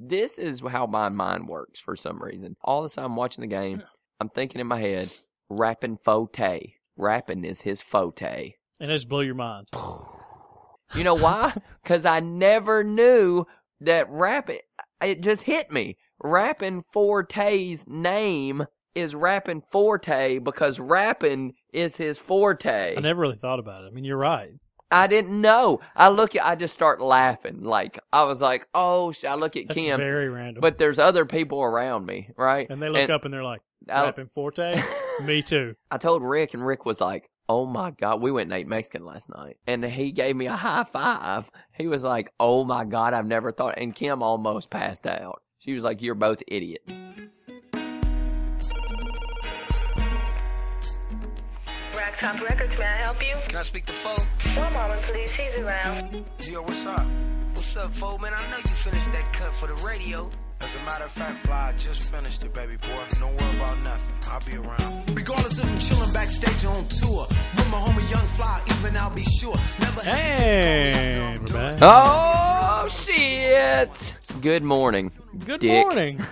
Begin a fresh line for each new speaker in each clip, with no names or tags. This is how my mind works for some reason. All the time I'm watching the game, I'm thinking in my head, rapping Fote. Rapping is his forte.
And it'll just blow your mind.
You know why? Because I never knew that rapping. It just hit me. Rapping Forte's name is rapping Forte because rapping is his forte.
I never really thought about it. I mean, you're right.
I didn't know. I look at, I just start laughing. Like I was like, oh, sh-. I look at
That's
Kim,
very random.
but there's other people around me, right?
and they look up and they're like,
I-
rapping forte? Me too.
I told Rick, and Rick was like, "Oh my god, we went and ate Mexican last night," and he gave me a high five. He was like, "Oh my god, I've never thought." And Kim almost passed out. She was like, "You're both idiots."
Ragtop Records, may I help you?
Can I speak to Fo?
One moment, please. He's around.
Yo, what's up? What's up, Fo? Man, I know you finished that cut for the radio. As a matter of fact, Fly, I just finished it, baby boy. Don't worry about nothing. I'll be around. Regardless if I'm chilling backstage or on tour, with my homie Young Fly, even I'll be sure. Never
Hey, we're back.
Oh shit! Good morning.
Good
Dick.
morning.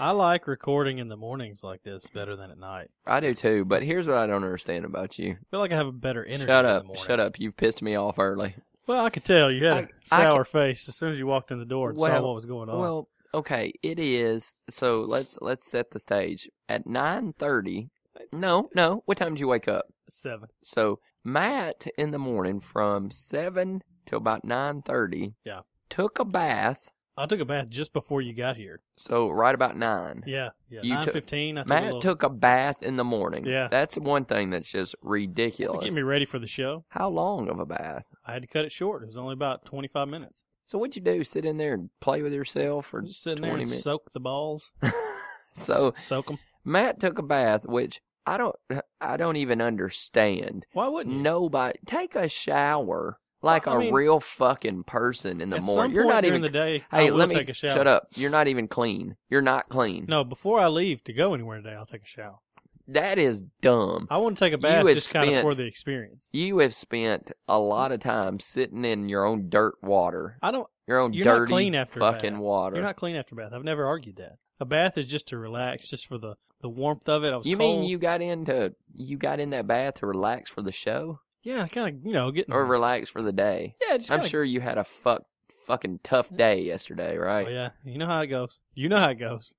I like recording in the mornings like this better than at night.
I do too, but here's what I don't understand about you.
I feel like I have a better energy.
Shut
in
up!
The morning.
Shut up! You've pissed me off early.
Well, I could tell you had a
I- I
sour face as soon as you walked in the door and saw
Well-
what was going on.
Well, okay, it is. So let's let's set the stage at nine thirty. No, no. What time did you wake up?
Seven.
So Matt in the morning from seven till about nine thirty.
Yeah.
Took a bath.
I took a bath just before you got here.
So right about nine.
Yeah, yeah.
You took-
Nine fifteen. I took a
Matt
little,
took a bath in the morning.
Yeah.
That's one thing that's just
to
ridiculous.
get me ready for the show.
How long of a bath?
I had to cut it short. It was only about twenty five minutes.
So what'd you do? Sit in there and play with yourself or
Just sitting there
20
and
minutes.
soak the balls.
so
S- soak them.
Matt took a bath, which I don't I don't even understand.
Why wouldn't you?
Nobody take a shower like
Well, I
a
mean-
real fucking person in the
At
morning.
some
You're
point
not
during
even
the day,
Hey,
I will
let me
take a shower.
shut up. You're not even clean. You're not clean.
No, before I leave to go anywhere today, I'll take a shower.
That is dumb.
I want to take a bath
had
just kind of
spent-
for the experience.
You have spent a lot of time sitting in your own dirt water,
I don't.
your own
You're
dirty
not clean after a
fucking
bath.
water.
You're not clean after a bath. I've never argued that. A bath is just to relax, just for the the warmth of it. I was.
you
cold.
mean you got into you got in that bath to relax for the show
Yeah, kind of. You know, getting
or relax for the day?
Yeah, just
I'm
Mm-hmm. kinda- Mm.
sure you had a fuck fucking tough day yesterday, right?
Oh, yeah, you know how it goes. You know how it goes.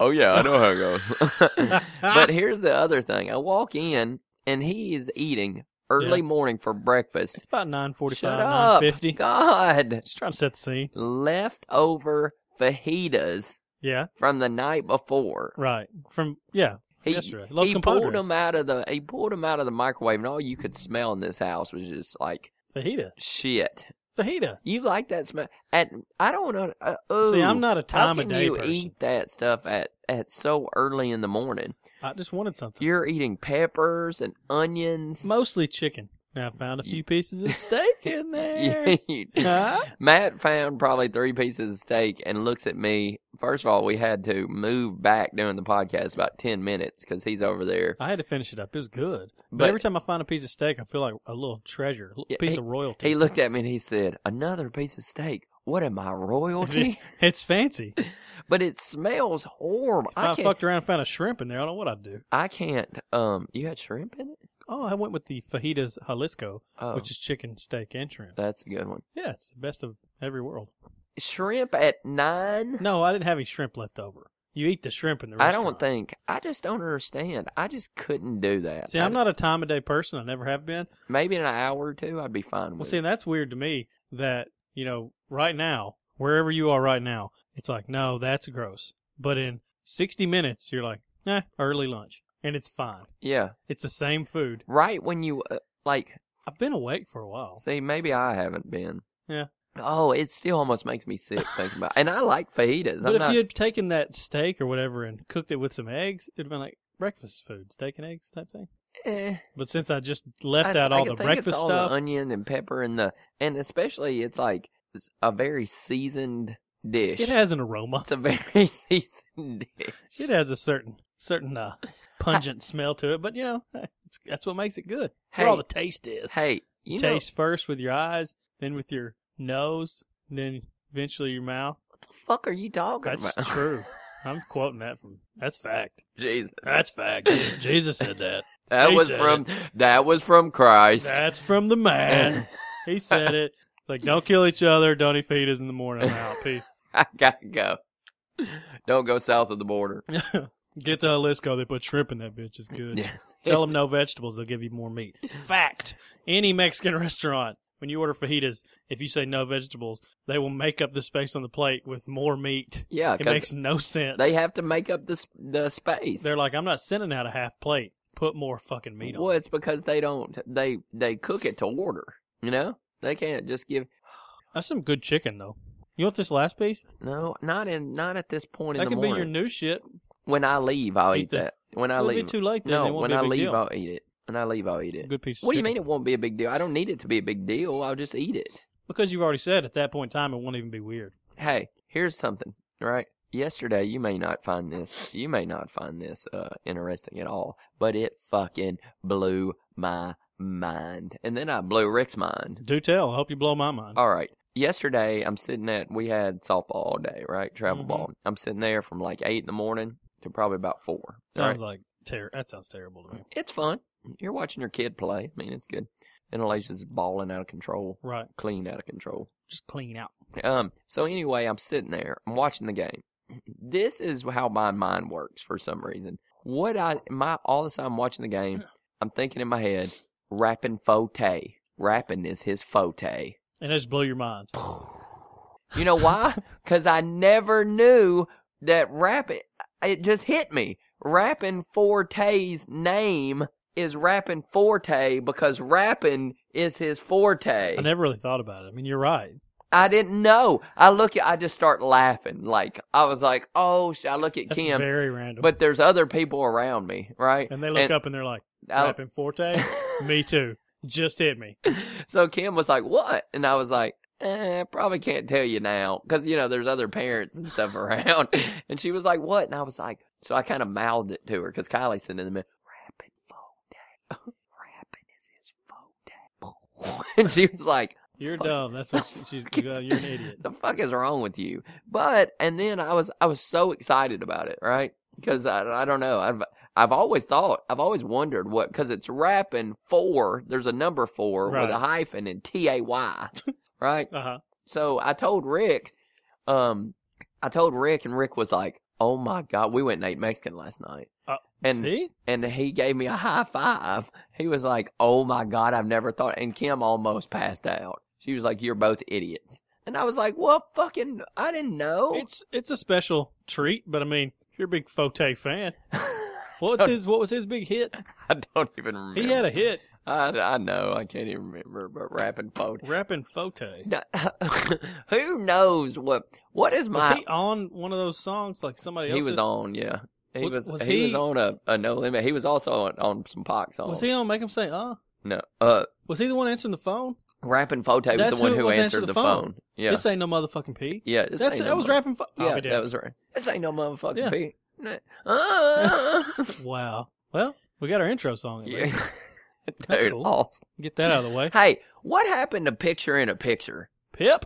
Oh yeah, I know how it goes. but here's the other thing. I walk in and he is eating early
Yeah.
morning for breakfast.
It's about nine forty-five,
Shut
nine
up.
fifty.
God.
Just trying to set the scene.
Leftover fajitas
Yeah,
from the night before.
right. From yeah,
He,
yesterday. Los
he
compadres.
pulled them out of the he pulled them out of the microwave and all you could smell in this house was just like
fajita,
shit.
fajita.
You like that smell? At I don't know. Uh, ooh,
See, I'm not a
how
time
can
of day
you
person.
eat that stuff at at so early in the morning?
I just wanted something.
You're eating peppers and onions.
Mostly chicken. Now I found a few pieces of steak in there.
You-
Huh?
Matt found probably three pieces of steak and looks at me. First of all, we had to move back during the podcast about 10 minutes because he's over there.
I had to finish it up. It was good. But,
But-
every time I find a piece of steak, I feel like a little treasure, a little
Yeah,
piece
he-
of royalty.
He looked at me and he said, Another piece of steak. What am I, royalty?
it's fancy. If
but it smells horrible.
I,
I can't.
fucked around and found a shrimp in there, I don't know what I'd do.
I can't. Um, You had shrimp in it?
Oh, I went with the fajitas Jalisco,
Oh,
which is chicken, steak, and shrimp.
that's a good one.
Yeah, it's the best of every world.
Shrimp at nine?
No, I didn't have any shrimp left over. You eat the shrimp in the
I
restaurant.
don't think. I just don't understand. I just couldn't do that.
See,
I-
I'm not a time of day person. I never have been.
Maybe in an hour or two, I'd be fine with
Well,
it.
see, and that's weird to me that, you know, right now, wherever you are right now, it's like, no, that's gross. But in 60 minutes, you're like, nah, early lunch. And it's fine.
Yeah.
It's the same food.
Right when you, uh, like,
I've been awake for a while.
see, maybe I haven't been.
Yeah.
Oh, it still almost makes me sick thinking about And I like fajitas.
But
I'm
if
not,
you had taken that steak or whatever and cooked it with some eggs, it'd have been like breakfast food, steak and eggs type thing.
eh,
But since I just left
I,
out
I
all
can
the
think
breakfast
it's all
stuff,
the onion and pepper and the, and especially it's like s- a very seasoned dish.
it has an aroma.
it's a very seasoned dish.
It has a certain certain uh, pungent smell to it, but you know eh, it's, that's what makes it good. That's where all
Hey.
the taste is.
Hey, you
taste first with your eyes, then with your nose, and then eventually your mouth.
know, the fuck are you talking
That's
about?
true. I'm quoting that from. That's fact.
Jesus.
That's fact. Jesus said that.
that
he
was
said
from that was from Christ.
That's from the man. He said it. It's like, don't kill each other. Don't eat fetus in the morning. I'm out. Peace.
I gotta go. Don't go south of the border.
Get to Jalisco. They put shrimp in that bitch. It's good.
Yeah.
Tell them no vegetables. They'll give you more meat. Fact. Any Mexican restaurant, when you order fajitas, if you say no vegetables, they will make up the space on the plate with more meat.
Yeah,
It
'cause
makes no sense.
they have to make up the s- the space.
They're like, I'm not sending out a half plate. Put more fucking meat
well, it's because they don't they they cook it to order. You know, they can't just give.
on. That's some good chicken, though. You want this last piece?
No, not in not at this point
that
in the
could
morning.
be your new shit.
when I leave, I'll
Eat
eat,
the-
that. When I
It'll be
leave,
too late. Then. it
no.
won't
When
be a
I
big
leave,
deal.
I'll eat it. When I leave, I'll eat
It's a
it.
good piece. Of
What do you
chicken.
mean it won't be a big deal? I don't need it to be a big deal. I'll just eat it.
Because you've already said at that point in time, it won't even be weird.
Hey, here's something, right? Yesterday, you may not find this, you may not find this uh, interesting at all, but it fucking blew my mind. And then I blew Rick's mind.
Do tell. I hope you blow my mind.
All right. Yesterday, I'm sitting at, we had softball all day, right? Travel
Mhm.
ball. I'm sitting there from like eight in the morning to probably about four. all right?
Sounds like ter- that sounds terrible to me.
It's fun. You're watching your kid play. I mean, it's good. And Alicia's balling out of control,
Right.
clean out of control.
Just clean out.
Um. So anyway, I'm sitting there. I'm watching the game. This is how my mind works for some reason. What I my all the time I'm watching the game, I'm thinking in my head, rapping forte. Rapping is his forte.
And it just blew your mind.
You know why? Because I never knew that rapping. It just hit me. Rapping Forte's name is rapping Forte because rapping is his forte.
I never really thought about it. I mean, you're right.
I didn't know. I look at, I just start laughing. Like I was like, oh, sh-. I look at
That's
Kim,
very random.
but there's other people around me, right?
and they look up and they're like,
I-
rapping forte? me too. Just hit me.
so Kim was like, what? And I was like, eh, I probably can't tell you now because you know there's other parents and stuff around. and she was like, what? And I was like, so I kind of mouthed it to her because Kylie sitting in the middle, rapping forte, rapping is his forte, and she was like.
You're
Fuck.
dumb. That's what she- she's. You're an idiot.
the fuck is wrong with you? But and then I was I was so excited about it, right? Because I I don't know I've I've always thought I've always wondered what because it's rapping four. There's a number four with a
Right.
hyphen and T A Y, right?
Uh huh.
So I told Rick, um, I told Rick and Rick was like, oh my god, we went and ate Mexican last night.
Uh,
and
See?
and he gave me a high five. He was like, "Oh my god, I've never thought." And Kim almost passed out. She was like, "You're both idiots." And I was like, "Well, fucking, I didn't know."
It's it's a special treat, but I mean, you're a big forte fan. What's his? What was his big hit?
I don't even remember.
He had a hit
I, I know. I can't even remember. But rapping phone.
rapping forte.
No- Who knows what? What is
Was
my?
he on one of those songs like somebody
He,
else?
was on. Yeah, he
Wa-
was.
was
he, was
he-
on a, a no limit. He was also on, on some Pac songs.
Was he on Make Him Say Uh?
No. Uh,
Was he the one answering the phone?
rapping Forte was
That's
the one
who it
who,
was
answered the, phone. Yeah.
This ain't no motherfucking Pete.
yeah. this
That's
ain't
that
no
was
mo-
rapping. Fo- oh, I'll
Yeah,
be
that
damned.
was right. This ain't no motherfucking
Yeah.
Pete. Nah. Ah.
Wow. Well, we got our intro song. at
yeah.
least. That's
Dude,
cool.
awesome.
Get that out of the way.
Hey, what happened to picture in a picture?
Pip.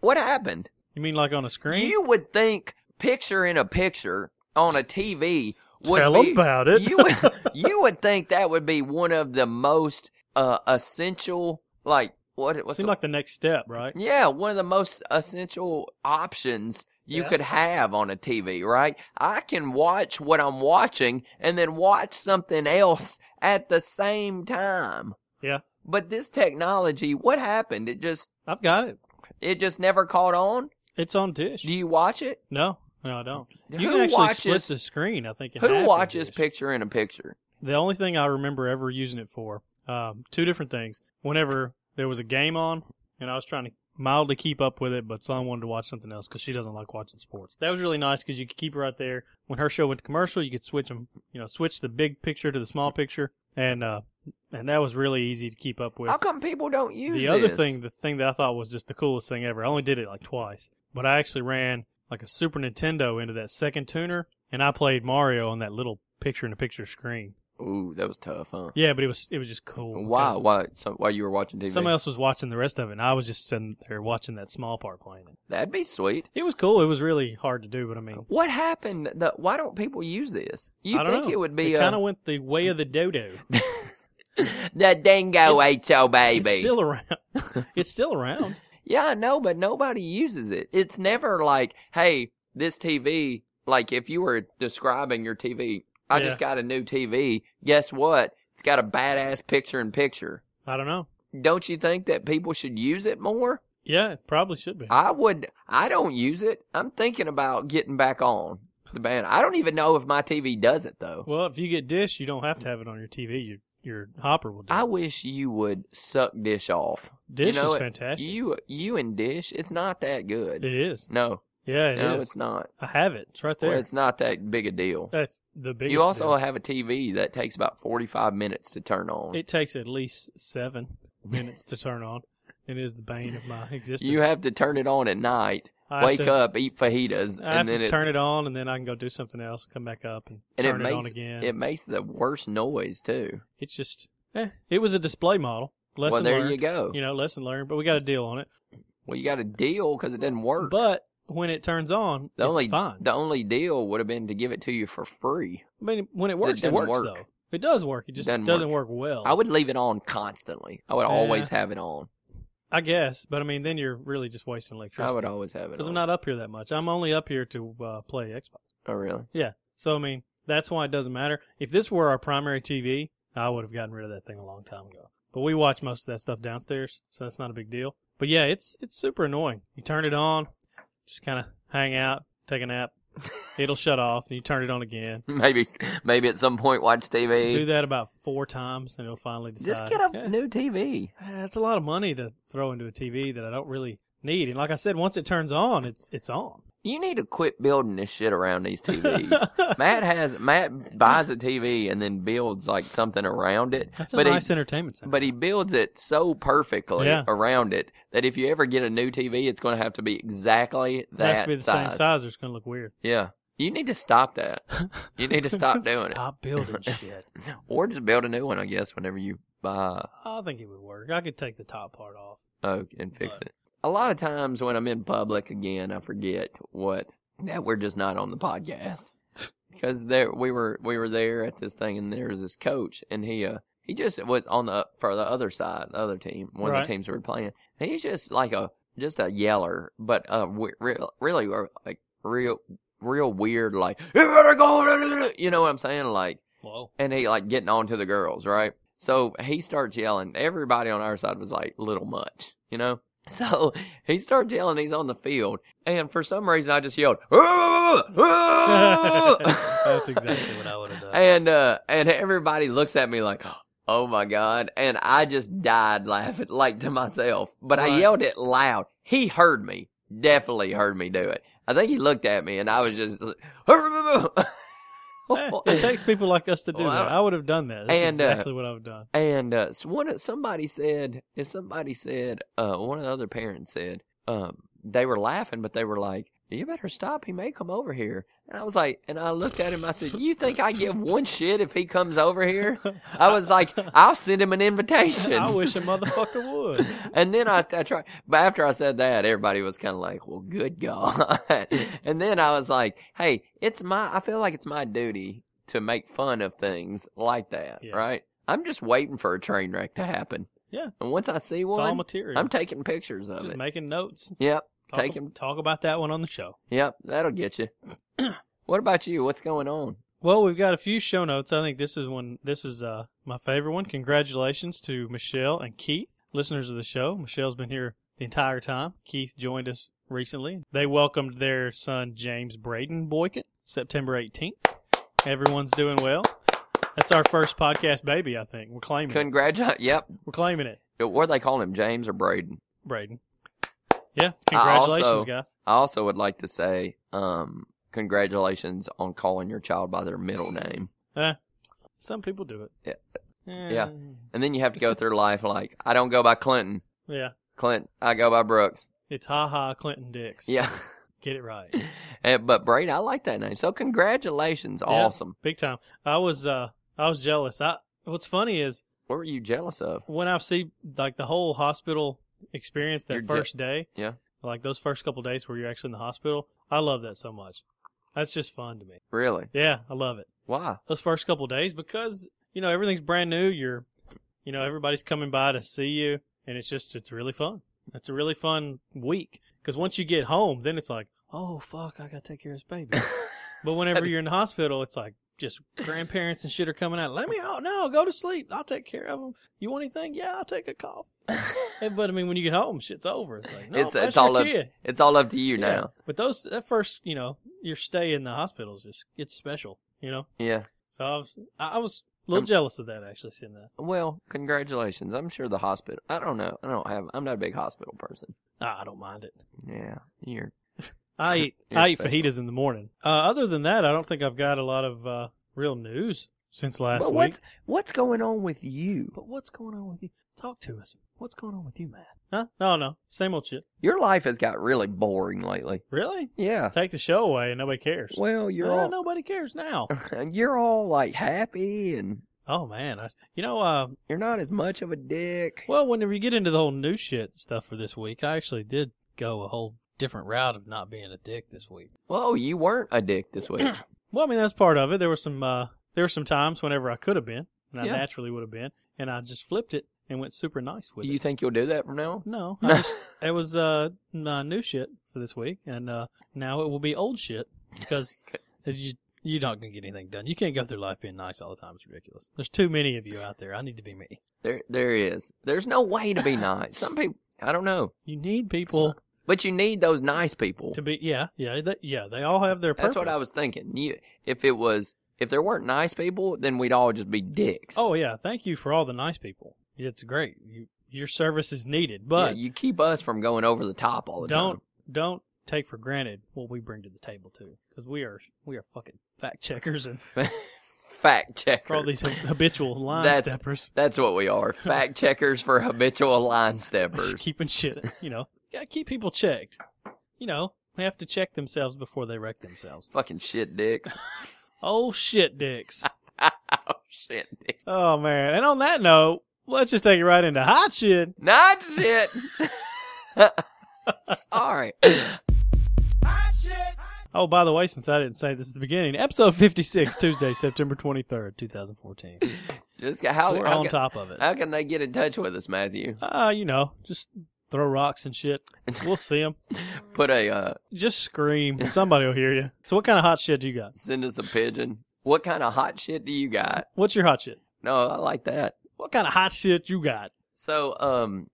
What happened?
You mean like on a screen?
You would think picture in a picture on a TV would
Tell
be,
about it.
you would you would think that would be one of the most uh, essential like what what's
Seemed
the-
like the next step, right?
Yeah, one of the most essential options you
Yeah.
could have on a TV, right? I can watch what I'm watching and then watch something else at the same time.
Yeah.
But this technology, what happened? It just
I've got it.
it just never caught on.
It's on Dish.
Do you watch it?
no, no, I don't. You
Who
can actually split
watches-
the screen. I think. in half
Who
in
watches
Dish.
picture in a picture?
The only thing I remember ever using it for, um, two different things. Whenever there was a game on, and I was trying to mildly keep up with it, but Son wanted to watch something else because she doesn't like watching sports. That was really nice because you could keep her right there. When her show went to commercial, you could switch them, you know, switch the big picture to the small picture, and uh, and that was really easy to keep up with.
How come people don't use
the other
this?
thing, the thing that I thought was just the coolest thing ever. I only did it like twice, but I actually ran like a Super Nintendo into that second tuner, and I played Mario on that little picture-in-a-picture screen.
Ooh, that was tough, huh?
Yeah, but it was it was just cool.
Why?
because
Why? So, while you were watching TV,
Someone else was watching the rest of it, and I was just sitting there watching that small part playing it.
that'd be sweet.
It was cool. It was really hard to do, but I mean,
What happened? The, why don't people use this? You
I don't
think
know.
it would be
It kind
uh,
of went the way of the dodo.
the dingo
It's-
ate your baby?
It's still around. it's still around.
Yeah, I know, but nobody uses it. It's never like, hey, this TV, like if you were describing your TV, I just got a new TV. Guess what? It's got a badass picture in picture.
I don't know.
Don't you think that people should use it more?
Yeah, it probably should be.
I would, I don't use it. I'm thinking about getting back on the band. I don't even know if my TV does it though.
well, if you get Dish, you don't have to have it on your TV. Your your hopper will do.
I
it.
wish you would suck Dish off.
Dish
you know
is
it-
fantastic.
You, you and Dish, it's not that good.
it is.
no,
Yeah, it is.
no, it's not.
I have it. It's right there.
Well, it's not that big a deal.
That's the biggest.
You also
deal.
have a TV that takes about 45 minutes to turn on.
It takes at least seven minutes to turn on. It is the bane of my existence.
you have to turn it on at night,
I have
wake
to-
up, eat fajitas,
I have
and then
to
it's,
turn it on, and then I can go do something else. Come back up and,
and
turn
it
it,
makes
on again.
it makes the worst noise too.
it's just, eh, it was a display model. Lesson
well, there
learned.
you go.
You know, lesson learned. But we got a deal on it.
well, you got a deal because it didn't work.
But when it turns on,
the
it's
only
fine.
the only deal would have been to give it to you for free.
I mean, when it works, it,
doesn't
works
work.
though. It does work. It just
Doesn't
doesn't, work. well.
I would leave it on constantly. I would always have it on.
I guess. But I mean, then you're really just wasting
I
electricity.
would always have it
Because
on.
I'm not up here that much. I'm only up here to uh, play Xbox.
oh, really?
So I mean, that's why it doesn't matter. If this were our primary TV, I would have gotten rid of that thing a long time ago. But we watch most of that stuff downstairs, so that's not a big deal. But yeah, it's it's super annoying. You turn it on, just kind of hang out, take a nap. It'll shut off, and you turn it on again.
Maybe maybe at some point watch
Do
TV.
that about four times, and it'll finally decide.
Just get a
"Eh,
new TV.
eh, That's a lot of money to throw into a TV that I don't really need. And like I said, once it turns on, it's it's on.
You need to quit building this shit around these TVs. Matt has Matt buys a TV and then builds like something around it,
that's a
but
nice
he,
entertainment center.
but he builds it so perfectly
Yeah.
around it that if you ever get a new TV, it's going to have to be exactly
it
that
has to be the
size.
same size, or it's going to look weird.
Yeah, you need to stop that. You need to stop doing
Stop building shit.
it, or just build a new one, I guess. Whenever you buy
I think it would work. I could take the top part off.
Oh, and fix
But-
it. A lot of times when I'm in public again, I forget what that we're just not on the podcast because there we were we were there at this thing and there was this coach and he uh he just was on the for the other side, the other team, one of the
Right.
teams we were playing. And he's just like a just a yeller, but uh we- real, really uh, like real real weird like you better go you know what I'm saying like
Whoa.
and he like getting on to the girls, right? So he starts yelling. Everybody on our side was like little much, you know? So he starts yelling, he's on the field, and for some reason I just yelled, "Ah!"
That's exactly what I would have done.
And uh and everybody looks at me like Oh my god. And I just died laughing like to myself. But I
Right.
yelled it loud. He heard me. Definitely heard me do it. I think he looked at me and I was just
Eh, it takes people like us to do
Well,
that. I would have done that. That's
and, uh,
exactly what I would have done.
And uh, so one of- somebody said, if somebody said, uh, one of the other parents said, um, they were laughing, but they were like, "You better stop. He may come over here." And I was like, and I looked at him. I said, "You think I give one shit if he comes over here?" I was like, "I'll send him an invitation."
I wish a motherfucker would.
And then I, I tried, but after I said that, everybody was kind of like, well, good God. and then I was like, hey, it's my, I feel like it's my duty to make fun of things like that,
Yeah.
right? I'm just waiting for a train wreck to happen.
Yeah.
And once I see
It's all
one,
material.
I'm taking pictures of
Just
it.
making notes.
Yep.
Talk,
Take 'em.
talk about that one on the show.
Yep. That'll get you. what about you? What's going on?
Well, we've got a few show notes. I think this is one. This is uh, my favorite one. Congratulations to Michelle and Keith, listeners of the show. Michelle's been here the entire time. Keith joined us recently. They welcomed their son James Braden Boykin September 18th. Everyone's doing well. That's our first podcast baby. I think we're claiming. it.
Congratulations. Yep.
We're claiming it,
What do they call him? James or Braden?
Braden. Yeah,
I also-
congratulations, guys.
I also would like to say, um, congratulations on calling your child by their middle name.
Some people do it. Eh,
Yeah.
Yeah.
And then you have to go through life like, I don't go by Clinton.
Yeah.
Clint, I go by Brooks.
It's haha Clinton Dix.
Yeah. Eh,
Get it right.
And, but Braid, I like that name. So congratulations.
Yeah.
Awesome.
Big time. I was uh I was jealous. I what's funny is
What were you jealous of?
when I see like the whole hospital experience that
You're je-
first day,
Yeah.
like those first couple days where you're actually in the hospital, I love that so much. That's just fun to me.
Really?
Yeah, I love it.
Why?
Those first couple days because you know everything's brand new. You're, you know, everybody's coming by to see you, and it's just it's really fun. It's a really fun week because once you get home, then it's like, oh fuck, I gotta take care of this baby. But whenever you're in the hospital, it's like just grandparents and shit are coming out. Let me out. No, go to sleep. I'll take care of them. You want anything? Yeah, I'll take a cough. And- but I mean, when you get home, shit's over. It's like no,
It's-
that's
it's all
your
up-
kid.
it's all up to you
Yeah.
now.
But those that first, you know, your stay in the hospital is just it's special. You know,
Yeah.
so I was I I was a little
Um,
jealous of that actually seeing that.
Well, congratulations. I'm sure the hospital. I don't know. I don't have. I'm not a big hospital person.
Ah, I don't mind it.
Yeah, you're.
I eat
You're
I eat
special.
fajitas in the morning. Uh, other than that, I don't think I've got a lot of uh, real news since last
But
week.
what's what's going on with you?
But what's going on with you? Talk to us. What's going on with you, man? Huh? No, no. Same old shit.
Your life has got really boring lately.
Really?
Yeah.
Take the show away and nobody cares.
Well, you're
Ah,
all
nobody cares now.
you're all like happy and
oh man, I, you know, uh,
you're not as much of a dick.
well, whenever you get into the whole new shit stuff for this week, I actually did go a whole different route of not being a dick this week.
Well, you weren't a dick this week.
Well, I mean that's part of it. There were some uh, there were some times whenever I could have been, and I
Yeah.
naturally would have been, and I just flipped it and went super nice with
Do
it.
you think you'll do that from now? on?
no, I just, it was uh my new shit for this week, and uh now it will be old shit because you you're not gonna get anything done. You can't go through life being nice all the time. It's ridiculous. There's too many of you out there. I need to be me.
There, there is. There's no way to be nice. Some people, I don't know,
You need people
but you need those nice people.
to be. Yeah, yeah, that, yeah. They all have their purpose.
That's what I was thinking. You, if it was, if there weren't nice people, then we'd all just be dicks.
Oh yeah, thank you for all the nice people. It's great. You, your service is needed,
Yeah,
but
you keep us from going over the top all the
don't
time.
don't take for granted what we bring to the table too, because we are we are fucking fact checkers and
Fact checkers.
for all these habitual line
That's-
steppers.
That's what we are. Fact checkers for habitual line
Just
steppers.
keeping shit, you know. Gotta keep people checked. You know, they have to check themselves before they wreck themselves.
Fucking shit dicks.
Oh, shit, dicks.
oh shit. dick.
Oh, man. And on that note, let's just take it right into hot shit.
Not shit. Sorry.
Oh, by the way, since I didn't say this at the beginning, episode 56, Tuesday, September 23rd, 2014.
Just got- how,
We're
how
on
can,
top of it.
how can they get in touch with us, Matthew?
Uh, you know, just throw rocks and shit. We'll see them.
Put a uh,
Just scream. Somebody will hear you. So, what kind of hot shit do you got?
send us a pigeon. What kind of hot shit do you got?
What's your hot shit?
No, I like that.
What kind of hot shit you got?
So, um,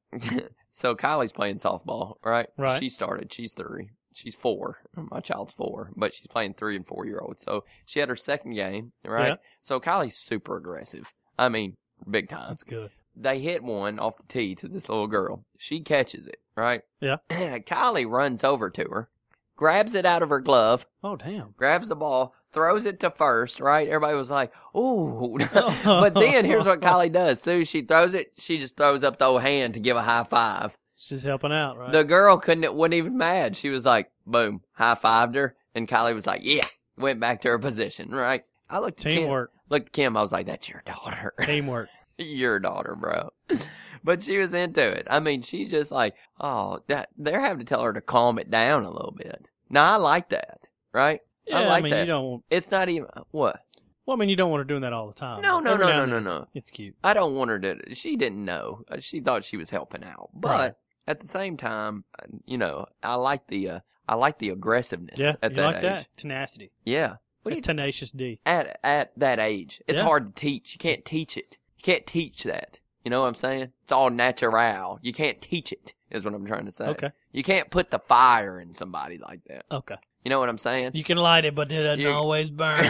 so Kylie's playing softball, right?
Right.
She started. She's three. She's four. My child's four, but she's playing three and four year olds. So she had her second game, right?
Yeah.
So Kylie's super aggressive. I mean, big time.
That's good.
They hit one off the tee to this little girl. She catches it, right?
Yeah.
Kylie runs over to her, grabs it out of her glove,
Oh, damn.
grabs the ball, throws it to first, right? Everybody was like, ooh. but then here's what Kylie does. Soon as she throws it, she just throws up the old hand to give a high five.
She's helping out, right?
The girl couldn't, wasn't even mad. She was like, boom, high fived her. And Kylie was like, yeah, went back to her position, right? I looked at Kim.
Teamwork.
Looked at Kim. I was like, that's your daughter.
Teamwork.
your daughter, bro. But she was into it. I mean, she's just like, oh, that they're having to tell her to calm it down a little bit. Now I like that, right?
Yeah, I,
I like
mean,
that.
you don't. want-
It's not even what
Well, I mean, you don't want her doing that all the time.
No,
but
no,
every
no,
now
no,
and
no,
then It's, it's cute.
I don't want her to. She didn't know. Uh, She thought she was helping out, but
Right.
at the same time, uh, you know, I like the uh, I like the aggressiveness
Yeah,
at
you
that
like
age.
that tenacity.
Yeah, What do you-
tenacious D.
at at that age, it's
Yeah.
hard to teach. You can't teach it. You can't teach that. You know what I'm saying? It's all natural. You can't teach it. Is what I'm trying to say.
Okay,
You can't put the fire in somebody like that.
okay.
You know what I'm saying?
You can light it, but it doesn't
You-
always burn.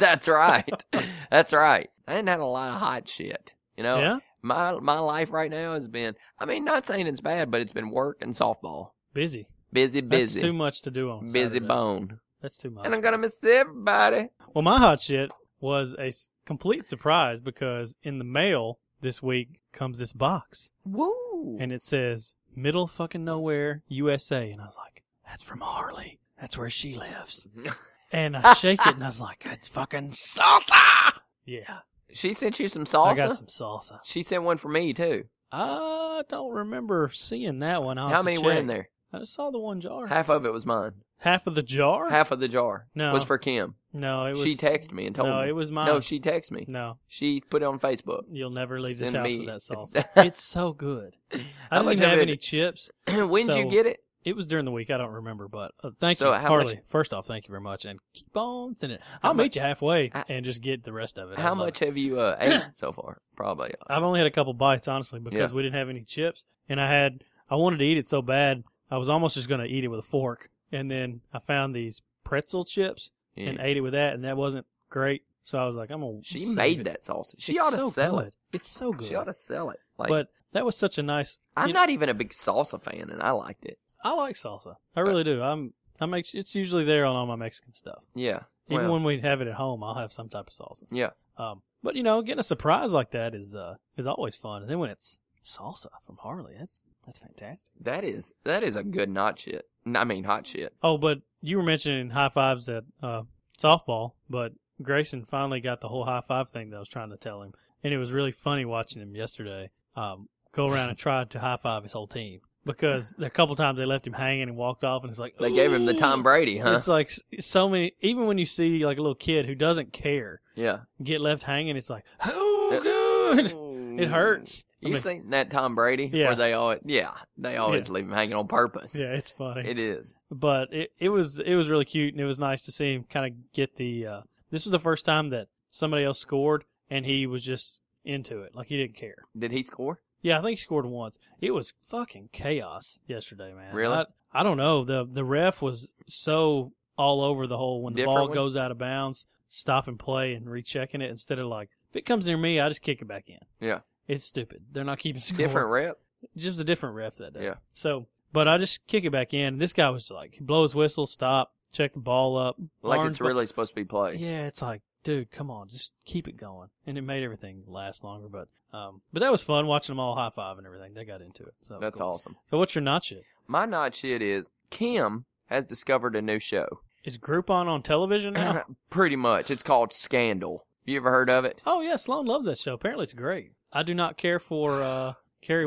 That's right. That's right. I didn't have a lot of hot shit. You know,
yeah,
my my life right now has been I mean, not saying it's bad, but it's been work and softball.
busy.
Busy,
That's too
busy.
much to do on.
Busy
Saturday.
bone.
That's too much.
And I'm gonna miss everybody.
Well, my hot shit was a s- complete surprise because in the mail this week comes this box
Woo.
and it says middle fucking nowhere USA, and I was like, that's from Harley. That's where she lives. And I shake it and I was like, it's fucking salsa. Yeah.
She sent you some salsa.
I got some salsa.
She sent one for me too.
I don't remember seeing that one. I'll
How
have to
many were
check.
in there?
I just saw the one jar.
Half
Half,
of it was mine.
of the jar?
Half of the jar
No.
was for Kim.
no, it was.
she texted me and told
no,
me.
it was mine.
No, she texted me.
no,
She put it on Facebook.
you'll never leave this
Send
house
me-
with that salsa. it's so good. I
How
didn't
much
even
of
have
it-
any chips.
when did
So-
you get it?
It was during the week. I don't remember, but uh, thank
So
you,
how much-
Harley. First off, thank you very much, and keep on sending. it. I'll
mu-
meet you halfway
I-
and just get the rest of it. I
How
love
much
it.
have you uh, ate so far? Probably. uh,
I've only had a couple bites, honestly, because we didn't have any chips, and I had I wanted to eat it so bad I was almost just going to eat it with a fork, and then I found these pretzel chips
yeah.
and ate it with that, and that wasn't great. So I was like, I'm gonna.
She
save
made
it.
that sausage. She
It's
ought to
so
sell
good. It's so
it.
good.
She ought to sell it. Like
but that was such a nice.
I'm
you know,
not even a big salsa fan, and I liked it.
I like salsa.
Uh,
I really do. I'm. I'm. ex- It's usually there on all my Mexican stuff.
Yeah.
Even
Well,
when we have it at home, I'll have some type of salsa.
yeah.
Um, but you know, getting a surprise like that is uh is always fun. And then when it's salsa from Harley, that's that's fantastic.
That is that is a good not shit. I mean hot shit.
Oh, but you were mentioning high fives at uh softball, but Grayson finally got the whole high five thing that I was trying to tell him, and it was really funny watching him yesterday. Um, go around and try to high five his whole team because a couple times they left him hanging and walked off, and it's like
They gave him the
"Ooh."
Tom Brady, huh?
It's like s- so many. Even when you see like a little kid who doesn't care
Yeah.
get left hanging, it's like oh good. It hurts. I
You
mean,
seen that Tom Brady?
Yeah.
Where they always, yeah, they always leave him hanging on purpose.
yeah, it's funny.
It is.
but it, it was it was really cute, and it was nice to see him kind of get the. Uh, this was the first time that somebody else scored, and he was just into it, like he didn't care.
Did he score?
Yeah, I think he scored once. It was fucking chaos yesterday, man.
Really?
I, I don't know. the The ref was so all over the whole when the
Different
ball
one?
goes out of bounds, stop and play and rechecking it instead of like if it comes near me, I just kick it back in.
Yeah.
it's stupid. They're not keeping score
Different rep.
just a different ref that day.
Yeah.
So, but I just kick it back in. This guy was like, he blow his whistle, stop, check the ball up.
Like
Barnes-
it's really supposed to be played.
Yeah, it's like, dude, come on, just keep it going. And it made everything last longer. But, um, but that was fun watching them all high five and everything. They got into it. So that was
That's
cool.
awesome.
So what's your not shit?
My not shit is Kim has discovered a new show.
Is Groupon on television now?
Pretty much. It's called Scandal. You ever heard of it?
oh yeah, Sloan loves that show. Apparently it's great. I do not care for uh Kerry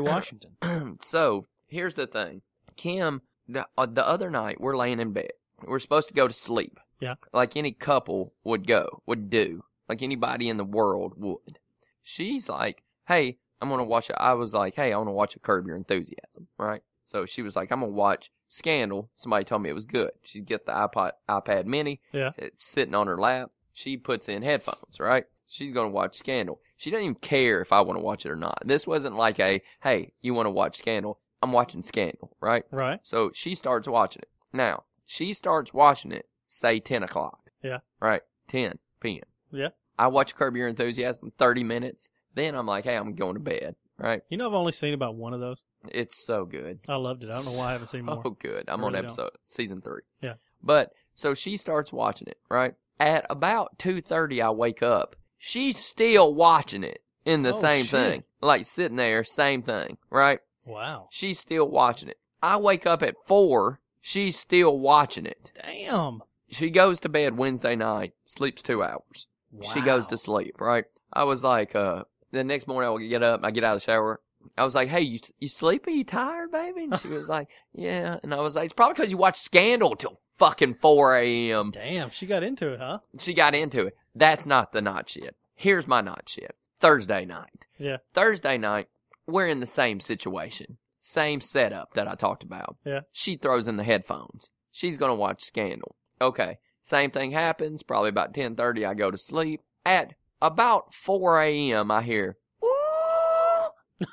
Washington.
so here's the thing kim the, uh, the other night we're laying in bed we're supposed to go to sleep
Yeah.
like any couple would go would do like anybody in the world would she's like hey i'm gonna watch a, i was like hey i want to watch a curb your enthusiasm right so she was like i'm gonna watch scandal somebody told me it was good she'd get the ipod ipad mini
Yeah.
it's sitting on her lap she puts in headphones right she's gonna watch scandal she doesn't even care if i want to watch it or not this wasn't like a hey you want to watch scandal i'm watching scandal right
Right.
so she starts watching it. Now, she starts watching it, say 10 o'clock.
Yeah.
Right? 10 p.m.
Yeah.
I watch Curb Your Enthusiasm 30 minutes. Then I'm like, hey, I'm going to bed. Right?
You know I've only seen about one of those.
It's so good.
I loved it. I don't know why I haven't seen more.
Oh, good. I'm
I
on
really don't.
episode season three.
Yeah.
But so she starts watching it, right? At about two thirty, I wake up. She's still watching it in the
Oh,
same
shit.
thing, like sitting there, same thing, right?
Wow.
She's still watching it. I wake up at four. She's still watching it.
Damn.
she goes to bed Wednesday night, sleeps two hours. She goes to
Wow.
sleep, right? I was like, uh, the next morning I would get up, I get out of the shower. I was like, hey, you, you sleepy? You tired, baby? And she was like, yeah. And I was like, it's probably because you watched Scandal till fucking 4 a.m.
Damn, she got into it, huh?
She got into it. That's not the night shit. Here's my night shit. Thursday night.
Yeah.
Thursday night, we're in the same situation, same setup that I talked about.
Yeah.
She throws in the headphones. She's gonna watch Scandal. Okay. Same thing happens. Probably about ten thirty. I go to sleep. At about four a.m., I hear. Ooh.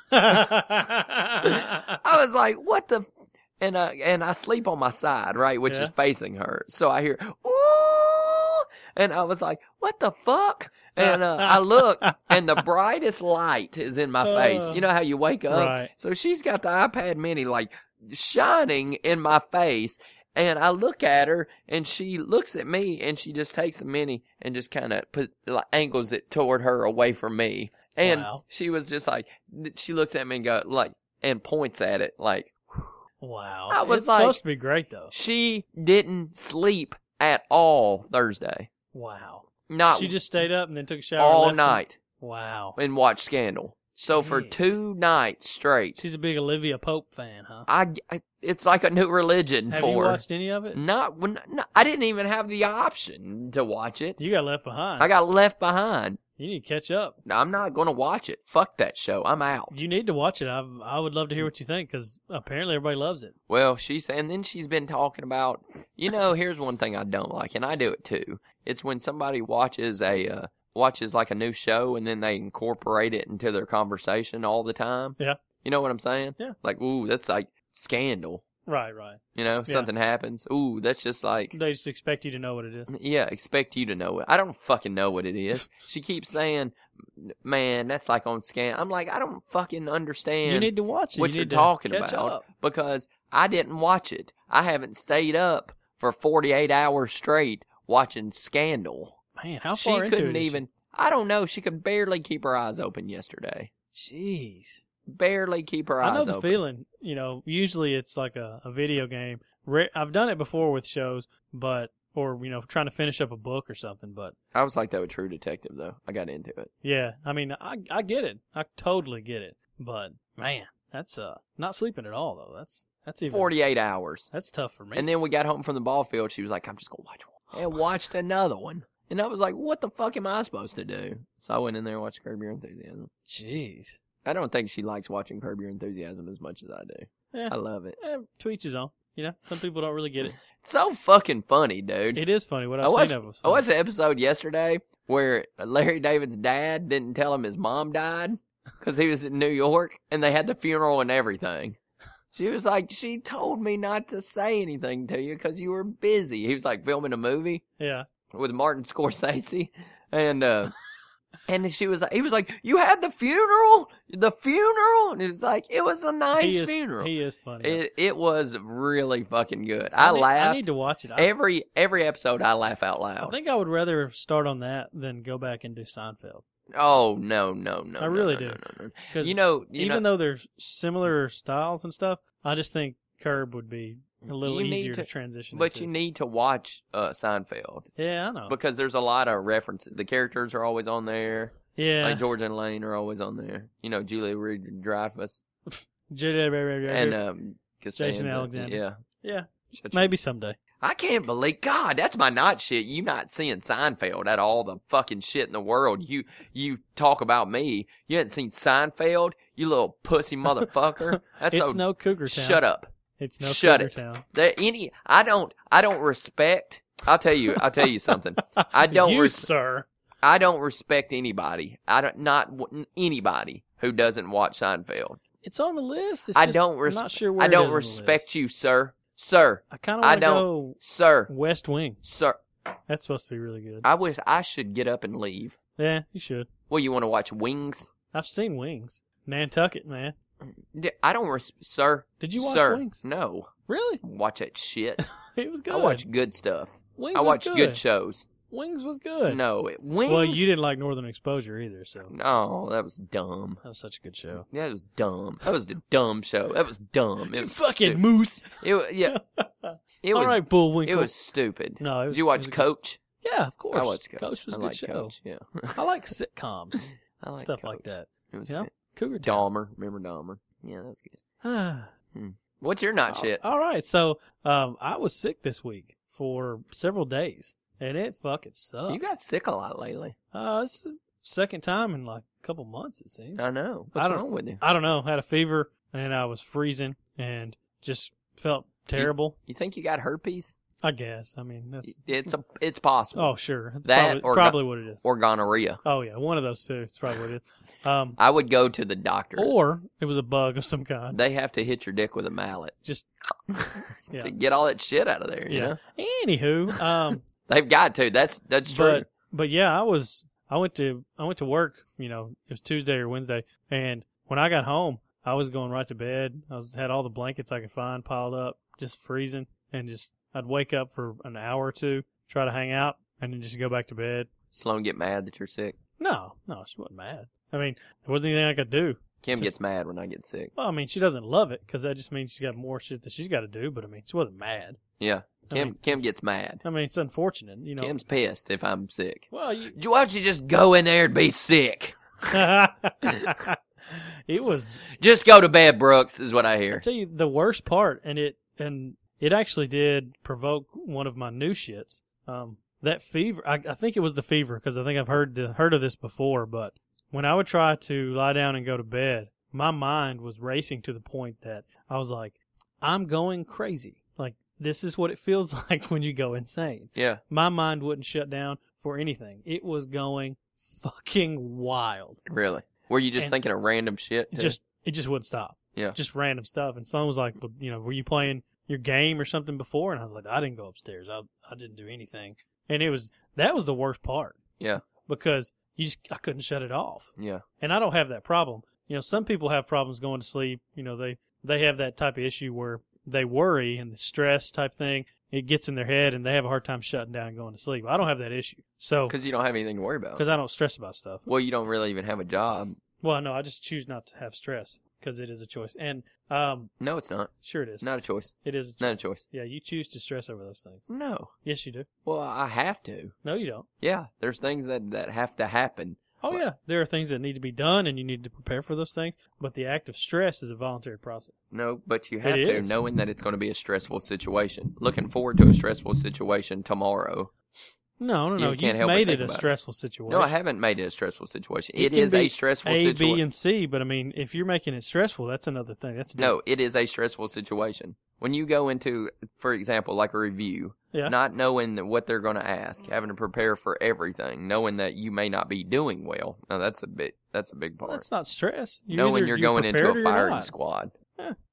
yeah.
I was like, "What the?" And I and I sleep on my side, right, which
Yeah.
is facing her. So I hear ooh, and I was like, "What the fuck?" And uh, I look, and the brightest light is in my face.
Uh,
You know how you wake up.
right.
So she's got the iPad Mini like shining in my face, and I look at her, and she looks at me, and she just takes the Mini and just kind of put like, angles it toward her away from me, and
Wow.
she was just like, she looks at me and go like and points at it like
Wow.
I was
it's
like-
supposed to be great though.
she didn't sleep at all Thursday.
Wow.
Not
she just stayed up and then took a shower.
all
left and-
night.
Wow.
and watched Scandal. So for
Jeez.
two nights straight,
She's a big Olivia Pope fan, huh?
I, I- it's like a new religion
Have you
for. her. Mm.
watched any of it?
Not when no, I didn't even have the option to watch it.
You got left behind.
I got left behind.
you need to catch up.
I'm not going to watch it. Fuck that show. I'm out.
You need to watch it. I I would love to hear what you think because apparently everybody loves it.
Well, she's and then she's been talking about, you know, here's one thing I don't like, and I do it too. It's when somebody watches a uh, watches like a new show and then they incorporate it into their conversation all the time.
Yeah.
you know what I'm saying?
Yeah.
Like, ooh, that's like scandal.
Right, right.
You know,
Yeah.
something happens. Ooh, that's just like
They just expect you to know what it is.
Yeah, expect you to know it. I don't fucking know what it is. She keeps saying, "Man, that's like on scan." I'm like, I don't fucking understand
you need to watch it.
what
you
you're
need to
talking
catch
about
up.
because I didn't watch it. I haven't stayed up for 48 hours straight watching Scandal.
Man, how
she
far into
couldn't
it is
even. I don't know. She could barely keep her eyes open yesterday.
she? Jeez.
Barely keep her
I know
eyes
the
open.
feeling. You know, usually it's like a, a video game. Ra- I've done it before with shows, but or you know, trying to finish up a book or something. But
I was like that with True Detective though. I got into it.
yeah, I mean, I I get it. I totally get it. But man, that's uh not sleeping at all though. That's that's even
48 hours.
That's tough for me.
And then we got home from the ball field. She was like, I'm just going to watch one. And watched another one. And I was like, what the fuck am I supposed to do? So I went in there and watched Curb Your Enthusiasm.
Jeez.
I don't think she likes watching Curb Your Enthusiasm as much as I do.
Yeah.
I love it.
Eh, to each his own. You know, some people don't really get it.
It's so fucking funny, dude.
It is funny what I've
I watched,
seen of it. was
I
funny.
watched an episode yesterday where Larry David's dad didn't tell him his mom died because he was in New York and they had the funeral and everything. She was like, she told me not to say anything to you because you were busy. He was like filming a movie.
Yeah.
with Martin Scorsese, and uh, and she was he was like, "You had the funeral, the funeral," and it was like, "It was a nice
he is,
funeral."
He is funny.
it it was really fucking good. I,
need,
laughed
I need to watch it. I,
every every episode. I laugh out
I
loud.
think I would rather start on that than go back and do Seinfeld.
oh no no no!
I
no,
really
no,
do.
no, no, no.
Because
You know, you
even
know,
though they're similar styles and stuff, I just think Curb would be a little
You need
easier to, Oh.
to-
transition.
but
into.
you need to watch uh, Seinfeld
yeah, I know.
because there's a lot of references. The characters are always on there.
yeah,
Like George and Lane are always on there. You know, Julia Reed Dreyfus
J-
and um, Costanza.
Alexander.
Yeah.
yeah,
Shut your
maybe someday.
I can't believe God, that's my night shit. You not seeing Seinfeld out of all the fucking shit in the world. You you talk about me. You hadn't seen Seinfeld, you little pussy motherfucker. That's
it's
so
no Cougar Town.
shut up.
It's no
shut
Cougar
it.
Town.
There any I don't I don't respect I'll tell you I'll tell you something. I don't
you,
res-
sir.
I don't respect anybody. I don't not w- anybody who doesn't watch Seinfeld.
It's on the list. It's
I
just-
don't
I'm
respect
not sure where
I
it is
don't
on the
respect
list.
you, sir. Sir.
I kind of
I
want to
don't-
go
Sir.
West Wing.
Sir.
That's supposed to be really good.
I wish I should get up and leave.
yeah, you should.
Well, you want to watch Wings?
I've seen Wings. Nantucket, man.
D- I don't, res- sir.
Did you watch
sir,
Wings?
No,
Really?
watch that shit.
It was good.
I watch good stuff.
Wings
I
was
watch
good.
good. shows.
Wings was good.
No, it, Wings.
Well, you didn't like Northern Exposure either, so
No, that was dumb.
that was such a good show.
That was dumb. That was the dumb show. That was dumb. It was
Fucking
stu-
moose.
It wa- yeah. It
All
was.
right,
It
Bullwinkle.
was stupid.
No, it was-
Did you
it was
watch
a good-
Coach?
Yeah, of course.
I watched Coach.
was
I
a good
like
show.
Coach. Yeah.
I like sitcoms,
I like
stuff like
Coach.
that.
It was
You know?
good.
Cougar Town.
Dahmer. Remember Dahmer? Yeah, that was good.
Ah.
What's your not shit?
All right, so um, I was sick this week for several days, and it fucking sucked.
You got sick a lot lately.
uh, this is second time in like a couple months, it seems.
I know.
I
What's
don't-
wrong with you?
I don't know. Had a fever and I was freezing and just felt terrible.
You think you got herpes?
I guess. I mean, that's
It's a, it's possible.
oh sure. That's
That
probably,
or
probably what it is.
Or gonorrhea.
Oh yeah, one of those two. It's probably what it is. Um,
I would go to the doctor.
or it was a bug of some kind.
they have to hit your dick with a mallet
Just Yeah.
to get all that shit out of there. You know,
Anywho, um,
they've got to. That's that's true.
but but yeah, I was I went to I went to work. You know, it was Tuesday or Wednesday, and when I got home, I was going right to bed. I was had all the blankets I could find piled up, just freezing, and just I'd wake up for an hour or two, try to hang out, and then just go back to bed.
Sloan get mad that you're sick.
No, no, she wasn't mad. I mean, there wasn't anything I could do.
Kim
It's just-
gets mad when I get sick.
Well, I mean, she doesn't love it because that just means she's got more shit that she's got to do. But I mean, she wasn't mad.
Yeah,
I
Kim
mean-
Kim gets mad.
I mean, it's unfortunate, you know.
Kim's pissed if I'm sick.
well, you,
Why don't you just go in there and be sick?
it was
Just go to bed, Brooks, is what I hear.
I tell you the worst part, and it and it actually did provoke one of my new shits. Um, that fever, I, I think it was the fever because I think I've heard the, heard of this before. But when I would try to lie down and go to bed, my mind was racing to the point that I was like, "I'm going crazy." Like this is what it feels like when you go insane.
Yeah.
My mind wouldn't shut down for anything. It was going fucking wild
Really? Were you just
And-
thinking of random shit? too?
just it just wouldn't stop.
Yeah.
Just random stuff. And someone was like, "Well, you know, were you playing your game or something before? And I was like, I didn't go upstairs. I I didn't do anything. And it was that was the worst part.
Yeah.
Because you just I couldn't shut it off.
yeah.
And I don't have that problem. You know, some people have problems going to sleep. You know, they they have that type of issue where they worry and the stress type thing. It gets in their head and they have a hard time shutting down and going to sleep. I don't have that issue. So
Because you don't have anything to worry about.
because I don't stress about stuff.
Well, you don't really even have a job.
Well, no, I just choose not to have stress because it is a choice. And um,
No, it's not.
sure it is.
It's not a choice.
It is.
Not a choice.
Yeah, you choose to stress over those things.
No.
Yes, you do.
Well, I have to.
No, you don't.
Yeah, there's things that, that have to happen.
Oh
Well-
yeah, there are things that need to be done, and you need to prepare for those things. But the act of stress is a voluntary process.
No, but you have
It
to,
is.
knowing that it's going to be a stressful situation. Looking forward to a stressful situation tomorrow.
No, no,
You
no.
can't
You've
help but
made
think
it a
about it.
stressful situation.
No, I haven't made it a stressful situation.
It
It
can
is a
be
stressful
A, B,
situation.
and C. But I mean, if you're making it stressful, that's another thing. That's
No, it is a stressful situation. When you go into, for example, like a review,
Yeah.
not knowing that what they're going to ask, having to prepare for everything, knowing that you may not be doing well. Now that's a bit. That's a big part.
that's not stress. You
knowing
either-
you're going into
prepared or
a
you're
firing
not.
squad.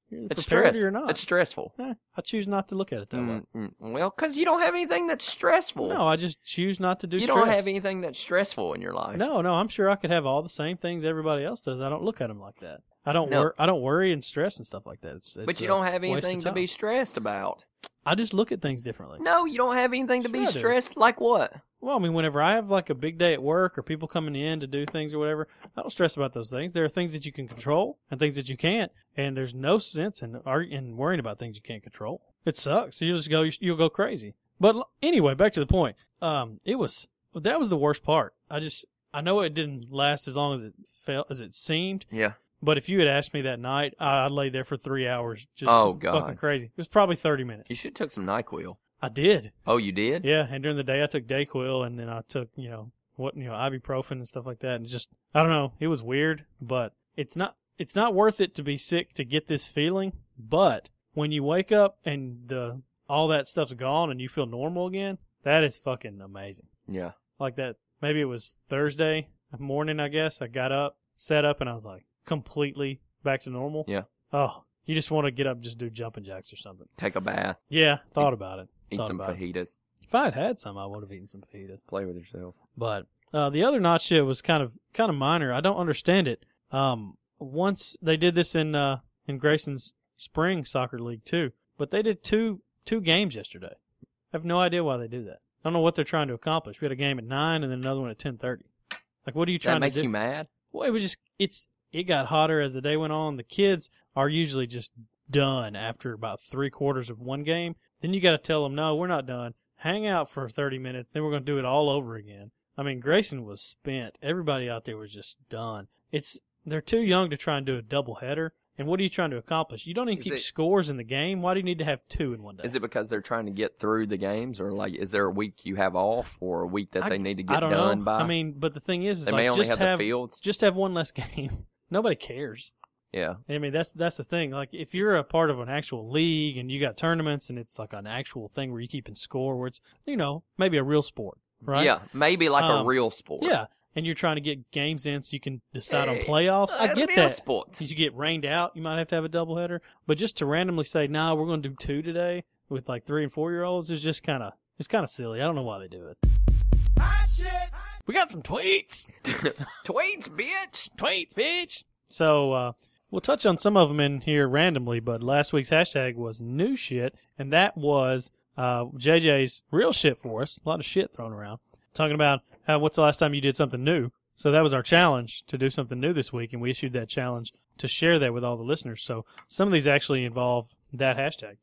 You're
It's
prepared
stress.
or you're not.
It's stressful.
Eh, I choose not to look at it that way.
Mm, mm, well, because you don't have anything that's stressful.
No, I just choose not to do.
you
stress.
don't have anything that's stressful in your life.
No, no, I'm sure I could have all the same things everybody else does. I don't look at them like that. I don't
No.
wor- I don't worry and stress and stuff like that. It's,
but
it's
you
a
don't have
waste of
anything to be
time.
stressed about.
I just look at things differently.
No, you don't have anything to be
Sure I do.
stressed. Like what?
Well, I mean, whenever I have like a big day at work or people coming in to do things or whatever, I don't stress about those things. There are things that you can control and things that you can't, and there's no sense in ar- in worrying about things you can't control. It sucks. You just go you'll go crazy. But l- anyway, back to the point. Um, it was that was the worst part. I just I know it didn't last as long as it felt as it seemed.
Yeah.
But if you had asked me that night, I, I lay there for three hours just
Oh, God.
fucking crazy. It was probably 30 minutes.
You should have took some NyQuil.
I did.
Oh, you did?
Yeah. And during the day, I took Dayquil and then I took, you know, what, you know, ibuprofen and stuff like that. And just, I don't know. It was weird, but it's not, it's not worth it to be sick to get this feeling. But when you wake up and the, all that stuff's gone and you feel normal again, that is fucking amazing
Yeah.
like that. Maybe it was Thursday morning, I guess. I got up, sat up, and I was like completely back to normal.
Yeah.
Oh, you just want to get up, and just do jumping jacks or something.
Take a bath,
Yeah, thought about it.
eat
Thought
some
about it.
fajitas,
If I had had some, I would have eaten some fajitas.
play with yourself.
But uh, the other not shit was kind of kind of minor. I don't understand it. Um, once they did this in uh, in Grayson's spring soccer league too, but they did two two games yesterday. I have no idea why they do that. I don't know what they're trying to accomplish. We had a game at nine and then another one at ten thirty. Like, what are you
That
trying
makes
to do?
you mad?
well, it was just it's it got hotter as the day went on. The kids are usually just done after about three quarters of one game. Then you got to tell them, no, we're not done. Hang out for thirty minutes. Then we're going to do it all over again. I mean, Grayson was spent. Everybody out there was just done. It's they're too young to try and do a double header. And what are you trying to accomplish? You don't even
Is
keep
it-
scores in the game. Why do you need to have two in one day?
Is it because they're trying to get through the games, or like, is there a week you have off, or a week that
I-
they need to
I
get
don't
done
know.
by?
I mean, but the thing is, is
they
like
may only
just
have,
have
the fields.
just have one less game. Nobody cares.
Yeah.
I mean, that's that's the thing. Like, if you're a part of an actual league and you got tournaments and it's like an actual thing where you keep in score, where it's you know maybe a real sport, right?
Yeah. Maybe like
Um,
a real sport.
yeah. And you're trying to get games in so you can decide on
Hey,
playoffs. I
a
get
real
that.
sport.
If you get rained out, you might have to have a doubleheader. But just to randomly say, "Nah, we're going to do two today" with like three and four year olds is just kind of it's kind of silly. I don't know why they do it. We got some tweets.
Tweets, bitch.
tweets, bitch. So uh, we'll touch on some of them in here randomly, but last week's hashtag was new shit, and that was uh, JJ's real shit for us. A lot of shit thrown around, talking about how what's the last time you did something new. So that was our challenge to do something new this week, and we issued that challenge to share that with all the listeners. So some of these actually involve that hashtag.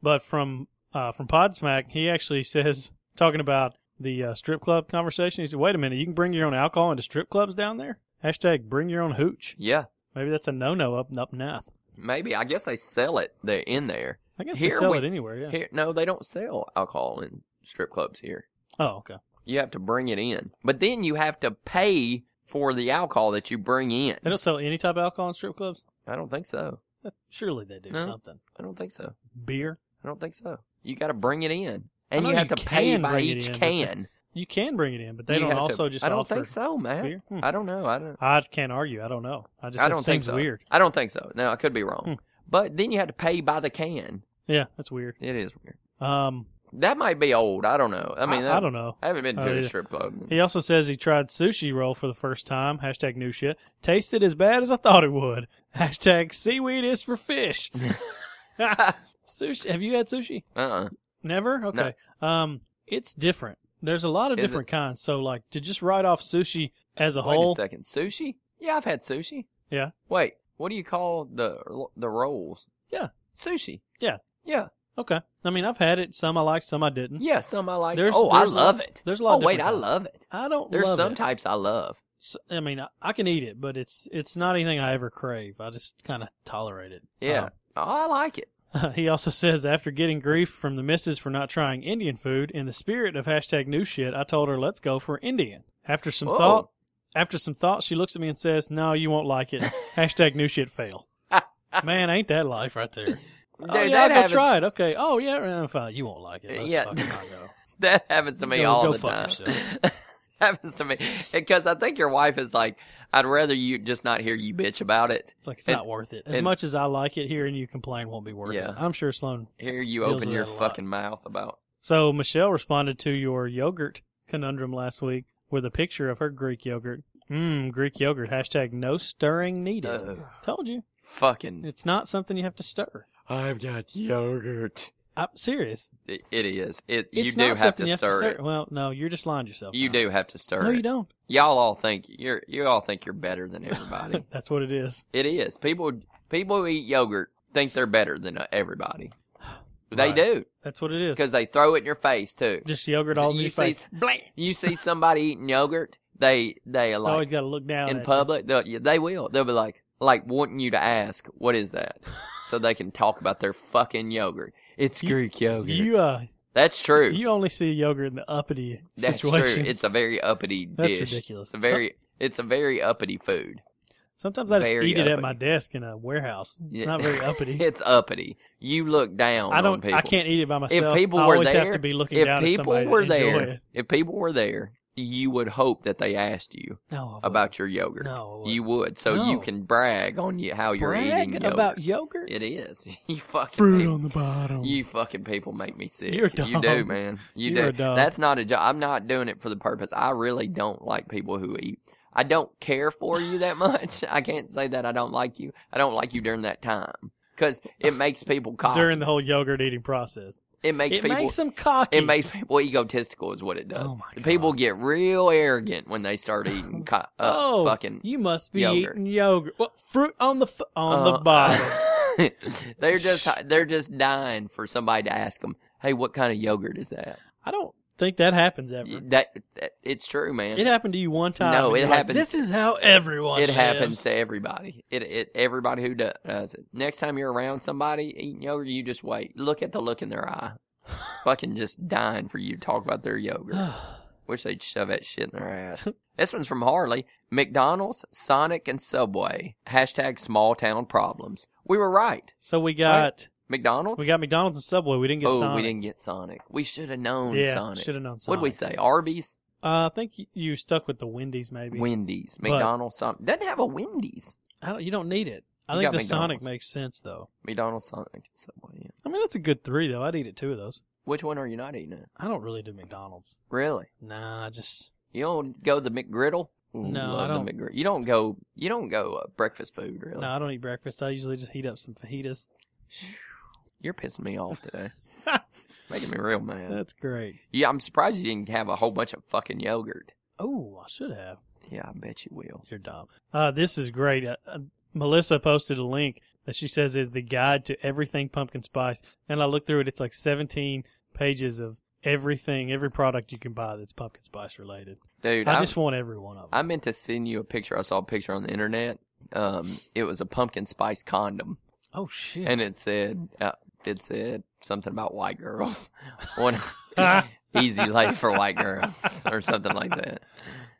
But from uh, from Podsmack, he actually says talking about the uh, strip club conversation. He said, "Wait a minute, you can bring your own alcohol into strip clubs down there." Hashtag bring your own hooch.
Yeah,
Maybe that's a no no up up north.
maybe. I guess they sell it there in there.
I guess they
Here
sell
we-
it anywhere. Yeah.
Here, no, they don't sell alcohol in strip clubs here.
Oh, okay.
You have to bring it in, but then you have to pay for the alcohol that you bring in.
They don't sell any type of alcohol in strip clubs.
I don't think so.
Surely they do
No.
something.
I don't think so.
Beer.
I don't think so. You got to bring it in,
I
and
know
you have
you
to pay
can
by
bring it
each
in, but they-
can.
You can bring it in, but they
You have
don't
to-
also just
I don't
offer
think so, man.
beer. Hmm.
I don't know. I don't.
I can't argue. I don't know. I just
I
it
don't think
seems
so.
weird.
I don't think so. No, I could be wrong.
Hmm.
But then you have to pay by the can.
Yeah, that's weird.
It is weird.
Um,
That might be old. I don't know. I mean,
I,
that-
don't know.
I haven't been to
Oh,
a
yeah.
strip club.
He also says he tried sushi roll for the first time. Hashtag new shit. Tasted as bad as I thought it would. Hashtag seaweed is for fish. sushi. Have you had sushi?
Uh-uh.
Never. Okay. Um, it's different. There's a lot of
Is it?
different kinds. So like to just write off sushi as a
Wait a
whole.
second. Sushi? Yeah, I've had sushi.
Yeah.
Wait, what do you call the the rolls?
Yeah.
Sushi.
Yeah.
Yeah.
Okay. I mean, I've had it. Some I liked. Some I didn't.
Yeah, some I like.
There's-
oh, I
there's a lot-
love it.
there's a lot of
Oh, wait,
different
I
kinds.
love it.
I don't
There's
love
some
it.
types I love.
S- I mean, I, I can eat it, but it's it's not anything I ever crave. I just kind of tolerate it.
Yeah. oh, I like it.
Um, he also says after getting grief from the missus for not trying Indian food, in the spirit of hashtag new shit, I told her let's go for Indian. After some
Whoa.
thought, after some thought, she looks at me and says, "No, you won't like it." hashtag new shit fail. Man, ain't that life right there?
Dude,
oh, yeah,
that
I'll
happens.
go try it. Okay. Oh yeah, uh, fine. You won't like it. Let's
Yeah.
fucking not go.
That happens to me
Go-
all
go
the
fuck
time.
yourself.
happens to me because I think your wife is like, I'd rather you just not hear you bitch about it.
It's like it's
And-
not worth it. As
and-
much as I like it, hearing you complain won't be worth
Yeah.
it. I'm sure Sloan
Hear you
Deals
open
with
your
that a lot.
fucking mouth about.
So Michelle responded to your yogurt conundrum last week with a picture of her Greek yogurt. Mmm, Greek yogurt. Hashtag no stirring needed.
Ugh.
Told you.
Fucking.
It's not something you have to stir.
I've got yogurt.
I'm serious.
It, it is. It
It's
you do
not
have
something
to
you
stir it.
Well, no, you're just lying to yourself.
You
now.
do have to stir
No,
it.
you don't.
Y'all all think you're you all think you're better than everybody.
That's what it is.
it is. People people who eat yogurt think they're better than uh, everybody. They
Right.
do
That's what it is.
because they throw it in your face too.
Just yogurt all in
you
your
see,
face.
you see somebody eating yogurt, they they
I always
like
got to look down at
in
you.
public. They'll, yeah, they will. They'll be like like wanting you to ask what is that, so they can talk about their fucking yogurt. It's
You-
Greek yogurt.
You uh,
That's true.
you only see yogurt in the uppity
That's
situation.
true. It's a very uppity
That's
dish.
ridiculous.
It's a very it's a very uppity food.
Sometimes I just
very
eat it at
uppity.
my desk in a warehouse. It's
Yeah.
not very uppity.
It's uppity. You look down.
I
On
don't.
people.
I can't eat it by
If
myself.
people
I
were
always
there,
have to be looking
if
down at
people
somebody
were
to enjoy
there,
it.
if people were there, you would hope that they asked you
No, I wouldn't.
about your yogurt.
No, I wouldn't.
you would. So you
No.
can brag on you how you're
brag
eating yogurt.
about yogurt.
it is. You fucking
Fruit
people-
on the bottom.
You fucking people make me sick.
You're
You do,
dumb.
man. You
You're
do.
a dumb.
That's not a job. I'm not doing it for the purpose. I really don't like people who eat. I don't care for you that much. I can't say that I don't like you. I don't like you during that time because it makes people cocky.
During the whole yogurt eating process,
it makes
it
people.
makes them cocky.
it makes people egotistical, is what it does.
Oh my
The People
God.
get real arrogant when they start eating co- uh,
oh,
fucking
You must be
yogurt.
eating yogurt. Well, fruit on the f- on
Uh,
the bottom.
they're just they're just dying for somebody to ask them, "Hey, what kind of yogurt is that?"
I don't think that happens ever.
That, that it's true, man.
It happened to you one time.
No,
and
it
you're like,
happens-
This is how everyone.
It happens
lives."
to everybody. It, it everybody who do- does it. Next time you're around somebody eating yogurt, you just wait. Look at the look in their eye. Fucking just dying for you to talk about their yogurt. Wish they'd shove that shit in their ass. This one's from Harley. McDonald's, Sonic, and Subway. Hashtag small town problems. We were right.
so we got
McDonald's.
we got McDonald's and Subway. We didn't get
oh,
Sonic.
we didn't get Sonic. We should have known
yeah,
Sonic.
should have known Sonic.
What'd we say? Arby's,
Uh, I think y- you stuck with the Wendy's maybe.
Wendy's,
But-
McDonald's. Sonic doesn't have a Wendy's.
I don't, you don't need it. I
You
think
got
the
McDonald's.
Sonic makes sense though.
McDonald's, Sonic, Subway. Yeah.
I mean, that's a good three though. I'd eat it two of those.
Which one are you not eating? At?
I don't really do McDonald's.
Really?
Nah, I just
You don't go the McGriddle? Ooh,
No,
love
I don't.
The McGriddle. You don't go. You don't go uh, breakfast food, really.
no, I don't eat breakfast. I usually just heat up some fajitas.
You're pissing me off today. Making me real mad.
That's great.
Yeah, I'm surprised you didn't have a whole bunch of fucking yogurt.
Oh, I should have.
Yeah, I bet you will.
You're dumb. Uh, this is great. Uh, uh, Melissa posted a link that she says is the guide to everything pumpkin spice, and I looked through it. It's like 17 pages of everything, every product you can buy that's pumpkin spice related.
Dude,
I
I'm-
just want every one of them.
I meant to send you a picture. I saw a picture on the internet. Um, it was a pumpkin spice condom,
oh shit!
and it said uh, it said something about white girls, one
Ah.
easy life for white girls, or something like that. It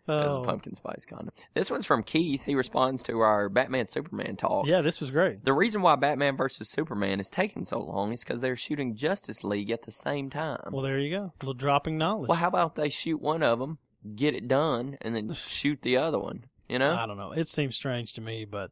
was
oh.
a pumpkin spice condom. This one's from Keith. He responds to our Batman Superman talk.
Yeah, this was great.
The reason why Batman versus Superman is taking so long is because they're shooting Justice League at the same time.
Well, there you go. A little dropping knowledge.
Well, how about they shoot one of them, get it done, and then shoot the other one? You know,
I don't know. It seems strange to me, but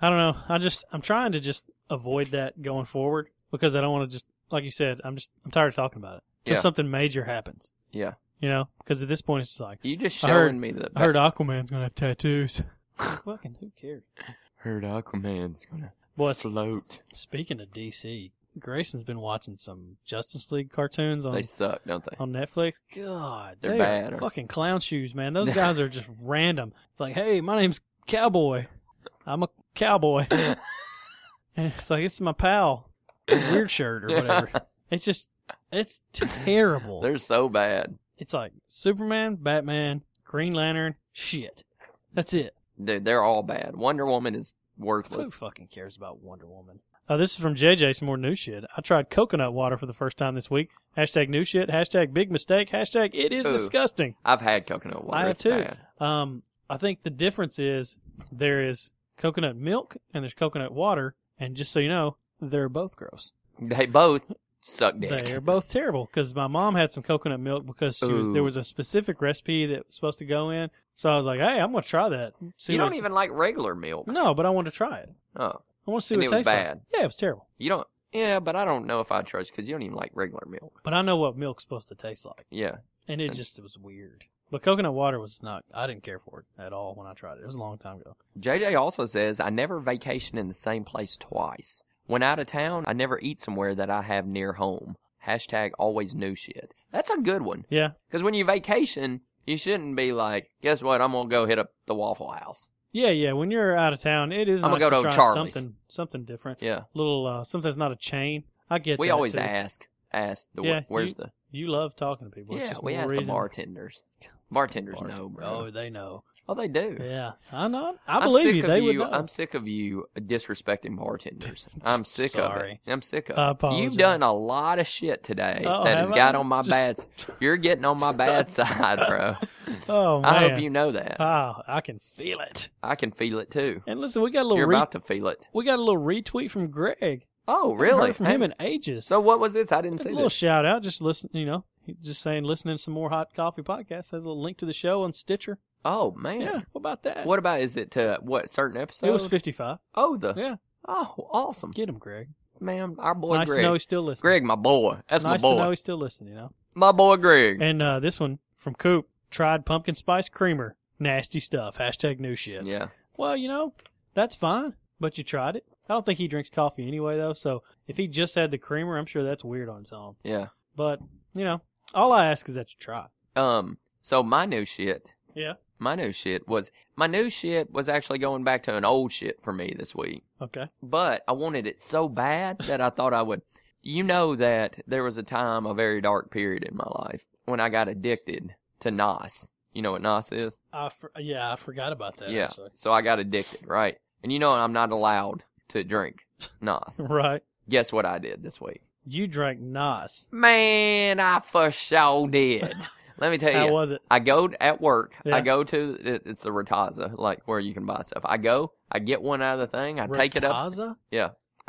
I don't know. I just I'm trying to just avoid that going forward because I don't want to just like you said. I'm just I'm tired of talking about it. Till
Yeah.
something major happens.
Yeah. Uh,
You know, because at this point it's just like
you just
I
showing
heard-
me the
I heard Aquaman's gonna have tattoos. Fucking who cares?
Heard Aquaman's gonna
Boy, s-
float.
speaking of DC, Grayson's been watching some Justice League cartoons on
They suck, don't they?
on Netflix. God,
They're
they
bad,
Are
aren't
fucking clown shoes, man. Those guys are just random. It's like, hey, my name's Cowboy. I'm a cowboy. and it's like, it's my pal, Weird Shirt or whatever. it's just, it's terrible.
They're so bad,
it's like Superman, Batman, Green Lantern, shit. That's it.
dude. They're all bad. Wonder Woman is
Who
worthless.
fucking cares about Wonder Woman? Uh, this is from JJ. Some more new shit. I tried coconut water for the first time this week. Hashtag new shit. Hashtag big mistake. Hashtag it is
Ooh.
disgusting.
I've had coconut water.
I have
it's
too.
Bad.
Um, I think the difference is there is coconut milk and there's coconut water, and just so you know, they're both gross.
They both suck dick.
They are both terrible because my mom had some coconut milk because she was,
Ooh.
there was a specific recipe that was supposed to go in. So I was like, hey, I'm gonna try that. See
you
what-
don't even like regular milk.
no, but I wanted to try it.
Oh,
I want to see
And
what
it was
tastes
bad.
like. Yeah, it was terrible,
you don't. Yeah, but I don't know if I trust because you don't even like regular milk.
but I know what milk's supposed to taste like,
Yeah,
and it just it was weird. But coconut water was not. I didn't care for it at all when I tried it. It was a long time ago.
JJ also says, I never vacation in the same place twice. When out of town, I never eat somewhere that I have near home. Hashtag always new shit. That's a good one.
Yeah,
Because when you vacation, you shouldn't be like, guess what? I'm going to go hit up the Waffle House.
Yeah, yeah. When you're out of town, it is
I'm
nice
gonna
to,
go to
try
Charlie's.
something something different.
Yeah.
Little uh, something that's not a chain. I get.
We
that,
always
too.
ask, ask the,
Yeah,
where's
you-
the,
You love talking to people. It's
yeah,
just
we
more
ask the
reason-
bartenders. Bartenders
Bart-
know, bro.
Oh, they know.
Oh, they do.
Yeah, I know. I
I'm
believe
sick
you.
of
They would
you.
know.
I'm sick of you disrespecting bartenders. I'm sick
Sorry.
of it. I'm sick
I
of it.
apologize.
You've done a lot of shit today
Oh,
that has
have
got
I?
on my
Just-
bad. s- You're getting on my bad side, bro.
oh man.
I hope you know that.
Oh, I can feel it.
I can feel it too.
And listen, we got a little
You're
re-
about to feel it.
we got a little retweet from Greg.
Oh,
Haven't
really?
Heard from
Hey,
him in ages.
so what was this? I didn't
a
see
little
this.
shout out. Just listen. You know, he- just saying, listening to some more hot coffee podcasts. Has a little link to the show on Stitcher.
Oh
Yeah.
man.
what about that?
What about is it to what certain episode?
It was fifty-five.
oh the
Yeah.
oh awesome,
Get him, Greg.
man. Our boy
nice
Greg.
to know he's still listening.
Greg, my boy. That's
nice
my
to know
boy.
he's still listening. You know.
My boy Greg.
And uh, this one from Coop tried pumpkin spice creamer. Nasty stuff. Hashtag new shit.
yeah.
Well, you know that's fine, but you tried it. I don't think he drinks coffee anyway, though. So if he just had the creamer, I'm sure that's weird on its own.
Yeah.
But you know, all I ask is that you try.
Um. So my new shit.
Yeah.
My new shit was my new shit was actually going back to an old shit for me this week.
Okay.
But I wanted it so bad that I thought I would. You know that there was a time, a very dark period in my life when I got addicted to Nos. You know what Nos is?
I for- yeah, I forgot about that.
yeah.
actually.
So I got addicted, right? And you know I'm not allowed to drink Nos.
Right.
Guess what I did this week?
You drank Nas.
Man, I for sure did. Let me tell you.
How was it?
I go t- at work.
Yeah.
I go to it, it's the Rataza, like where you can buy stuff. I go. I get one out of the thing. I take it up.
Rataza?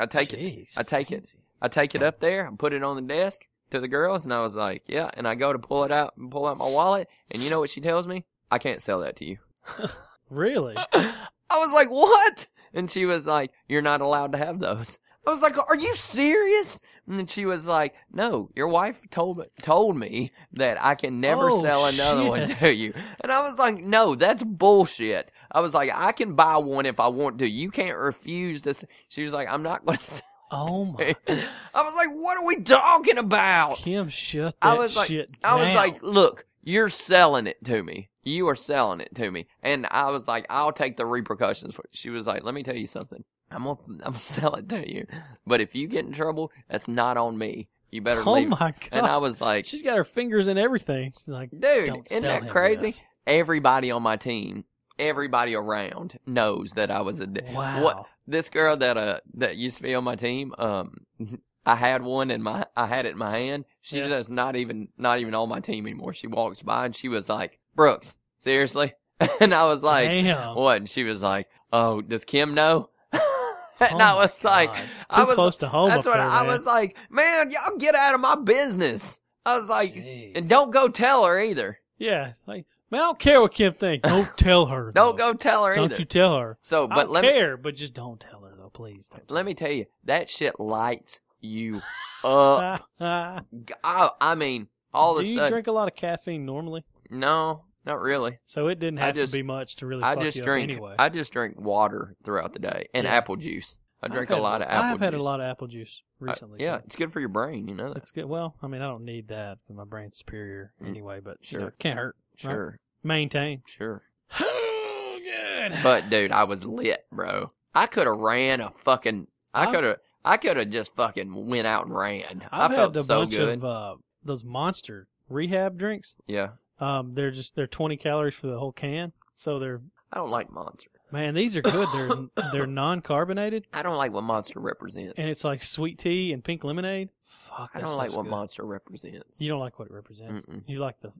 I take it.
Jeez,
I take it.
fancy.
I take it up there. I put it on the desk to the girls, and I was like, "Yeah." And I go to pull it out and pull out my wallet, and you know what she tells me? I can't sell that to you.
Really?
I was like, "What?" And she was like, "You're not allowed to have those." I was like, "Are you serious?" And then she was like, "No, your wife told told me that I can never
Oh,
sell another one
shit.
to you." And I was like, "No, that's bullshit." I was like, "I can buy one if I want to. You can't refuse this." She was like, "I'm not going to."
Oh my.
I was like, "What are we talking about?"
Kim, shut that
I was like-
shit
I was
down.
like, look, you're selling it to me. You are selling it to me. And I was like, I'll take the repercussions for it. She was like, let me tell you something. I'm gonna, I'm gonna sell it to you. But if you get in trouble, that's not on me. You better
oh
leave.
my god!
And I was like,
She's got her fingers in everything. She's like,
dude,
Don't
isn't
sell
that
him
crazy?
this.
Everybody on my team, everybody around knows that I was a dick.
Wow.
What this girl that uh that used to be on my team, um I had one in my I had it in my hand. She's
Yeah.
just not even not even on my team anymore. She walks by and she was like, Brooks, seriously? And I was like,
damn.
What? And she was like, Oh, does Kim know? and
Oh
I
my
was like,
God.
I
Too
was
close to home.
that's
up
what
there,
I
man.
was like, man, y'all get out of my business. I was like,
Jeez.
and don't go tell her either.
Yeah, it's like man, I don't care what Kim thinks. Don't tell her.
Don't go
though.
tell her
Don't
either.
you tell her.
so,
I
but
don't
let me,
care, but just don't tell her though, please. Don't
let me tell you, that shit lights you up.
tell her.
G- I, I mean, all
Do
of a
you
sudden,
drink a lot of caffeine normally?
no, not really.
So it didn't
I
have
just-
to be much to really
I
fuck
just
you
drink.
up anyway.
I just drink water throughout the day and
Yeah.
apple juice. I drink
I've
a lot
had,
of apple.
I've
juice.
had a lot of apple juice
I-
recently.
yeah,
too.
it's good for your brain. You know that.
That's good. Well, I mean, I don't need that. My brain's superior
Mm,
anyway, but you
sure.
know, it can't hurt. right?
Sure,
Maintain.
sure.
Oh, good.
But dude, I was lit, bro. I could have ran a fucking. I
I've-
could have. I could have just fucking went out and ran.
I've
I felt
had a
so
bunch
good.
of uh, those monster rehab drinks.
yeah,
Um, they're just they're 20 calories for the whole can. So they're
I don't like Monster.
man, these are good. They're they're non-carbonated,
I don't like what Monster represents.
and it's like sweet tea and pink lemonade. Fuck,
I
that
don't like
stuff's
what
good.
Monster represents.
You don't like what it represents.
Mm-mm.
You like the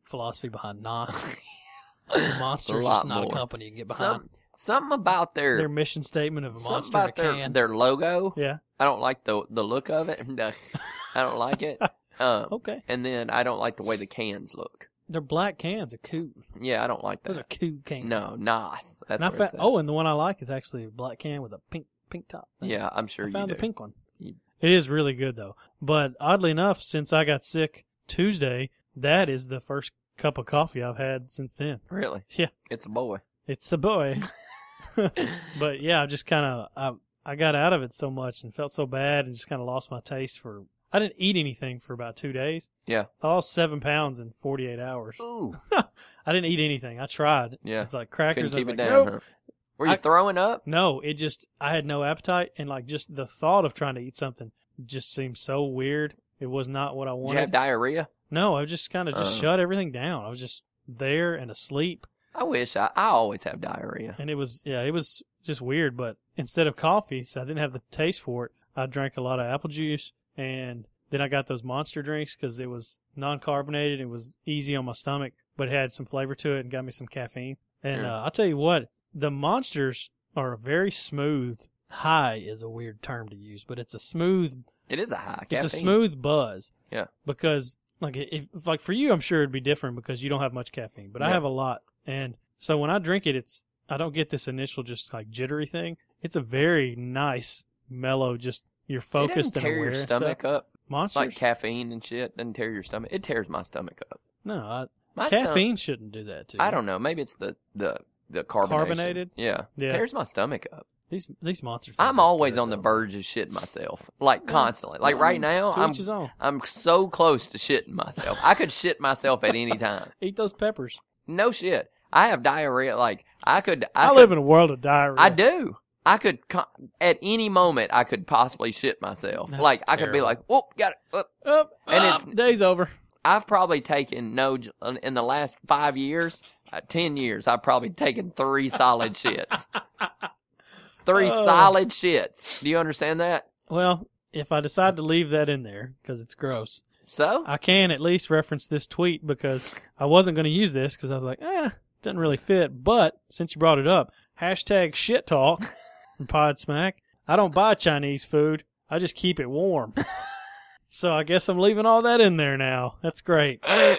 philosophy behind Nas. Monster is
lot
It's
just
not a
more.
company you can get behind.
Some, something about their,
their mission statement of a
something
monster in a
about their,
can.
their logo.
Yeah.
I don't like the the look of it. No, I don't like it. Um,
okay,
and then I don't like the way the cans look.
their black cans are cool.
Yeah, I don't like
Those
that.
are cool cans.
No, Nas. That's
and I
what
fa-
it's at.
oh, and the one I like is actually a black can with a pink pink top.
yeah, I'm sure
I
you
found
do.
the pink one.
You-
It is really good though. But oddly enough, since I got sick Tuesday, that is the first cup of coffee I've had since then.
Really?
Yeah.
It's a boy.
It's a boy. but yeah, I just kind of I I got out of it so much and felt so bad and just kind of lost my taste for. I didn't eat anything for about two days.
Yeah.
I lost seven pounds in forty eight hours.
Ooh.
I didn't eat anything. I tried.
Yeah.
It's like crackers.
Couldn't
I was
keep it
like,
down.
nope.
huh? Were you
I-
throwing up?
No, it just I had no appetite, and like just the thought of trying to eat something just seemed so weird. It was not what I
Did you have
wanted.
diarrhea?
no, I just kind of just
Uh.
shut everything down. I was just there and asleep,
I wish I, I always have diarrhea.
and it was yeah, it was just weird. But instead of coffee, so I didn't have the taste for it. I drank a lot of apple juice, and then I got those monster drinks because it was non-carbonated. It was easy on my stomach, but it had some flavor to it and got me some caffeine. And
Yeah.
uh, I'll tell you what, the monsters are a very smooth. High is a weird term to use, but it's a smooth,
It is a high.
it's a
caffeine.
smooth buzz.
Yeah.
Because like if like for you, I'm sure it'd be different because you don't have much caffeine, but I
Yeah.
have a lot, and so when I drink it, it's I don't get this initial just like jittery thing. It's a very nice, mellow, just you're
It doesn't
focused and
tear
aware.
your
and
stomach
stuff.
up
Monsters?
like caffeine and shit. Doesn't tear your stomach. It tears my stomach up.
no, I,
My stomach-
caffeine shouldn't do that to you.
I don't know. Maybe it's the the the carbonation.
Carbonated?
Yeah.
Yeah.
Tears my stomach up.
These these monsters.
I'm always on the verge of shitting myself, like constantly. Like right now,
To
I'm
each his own.
I'm so close to shitting myself. I could shit myself at any time.
Eat those peppers.
No shit. I have diarrhea. Like I could. I,
I,
could,
live in a world of diarrhea.
I do. I could co- at any moment. I could possibly shit myself.
That's
like I could be
terrible.
like, "Whoop, got it." Whoop.
Up,
And
and
it's-
it's day's over.
I've probably taken no j- in the last five years, uh, ten years. I've probably taken three solid shits. Three
Oh.
solid shits. Do you understand that?
Well, if I decide to leave that in there because it's gross,
So
I can at least reference this tweet because I wasn't going to use this because I was like, eh, doesn't really fit. But since you brought it up, hashtag shit talk and pod smack. I don't buy Chinese food. I just keep it warm. so I guess I'm leaving all that in there now. That's great.
Uh,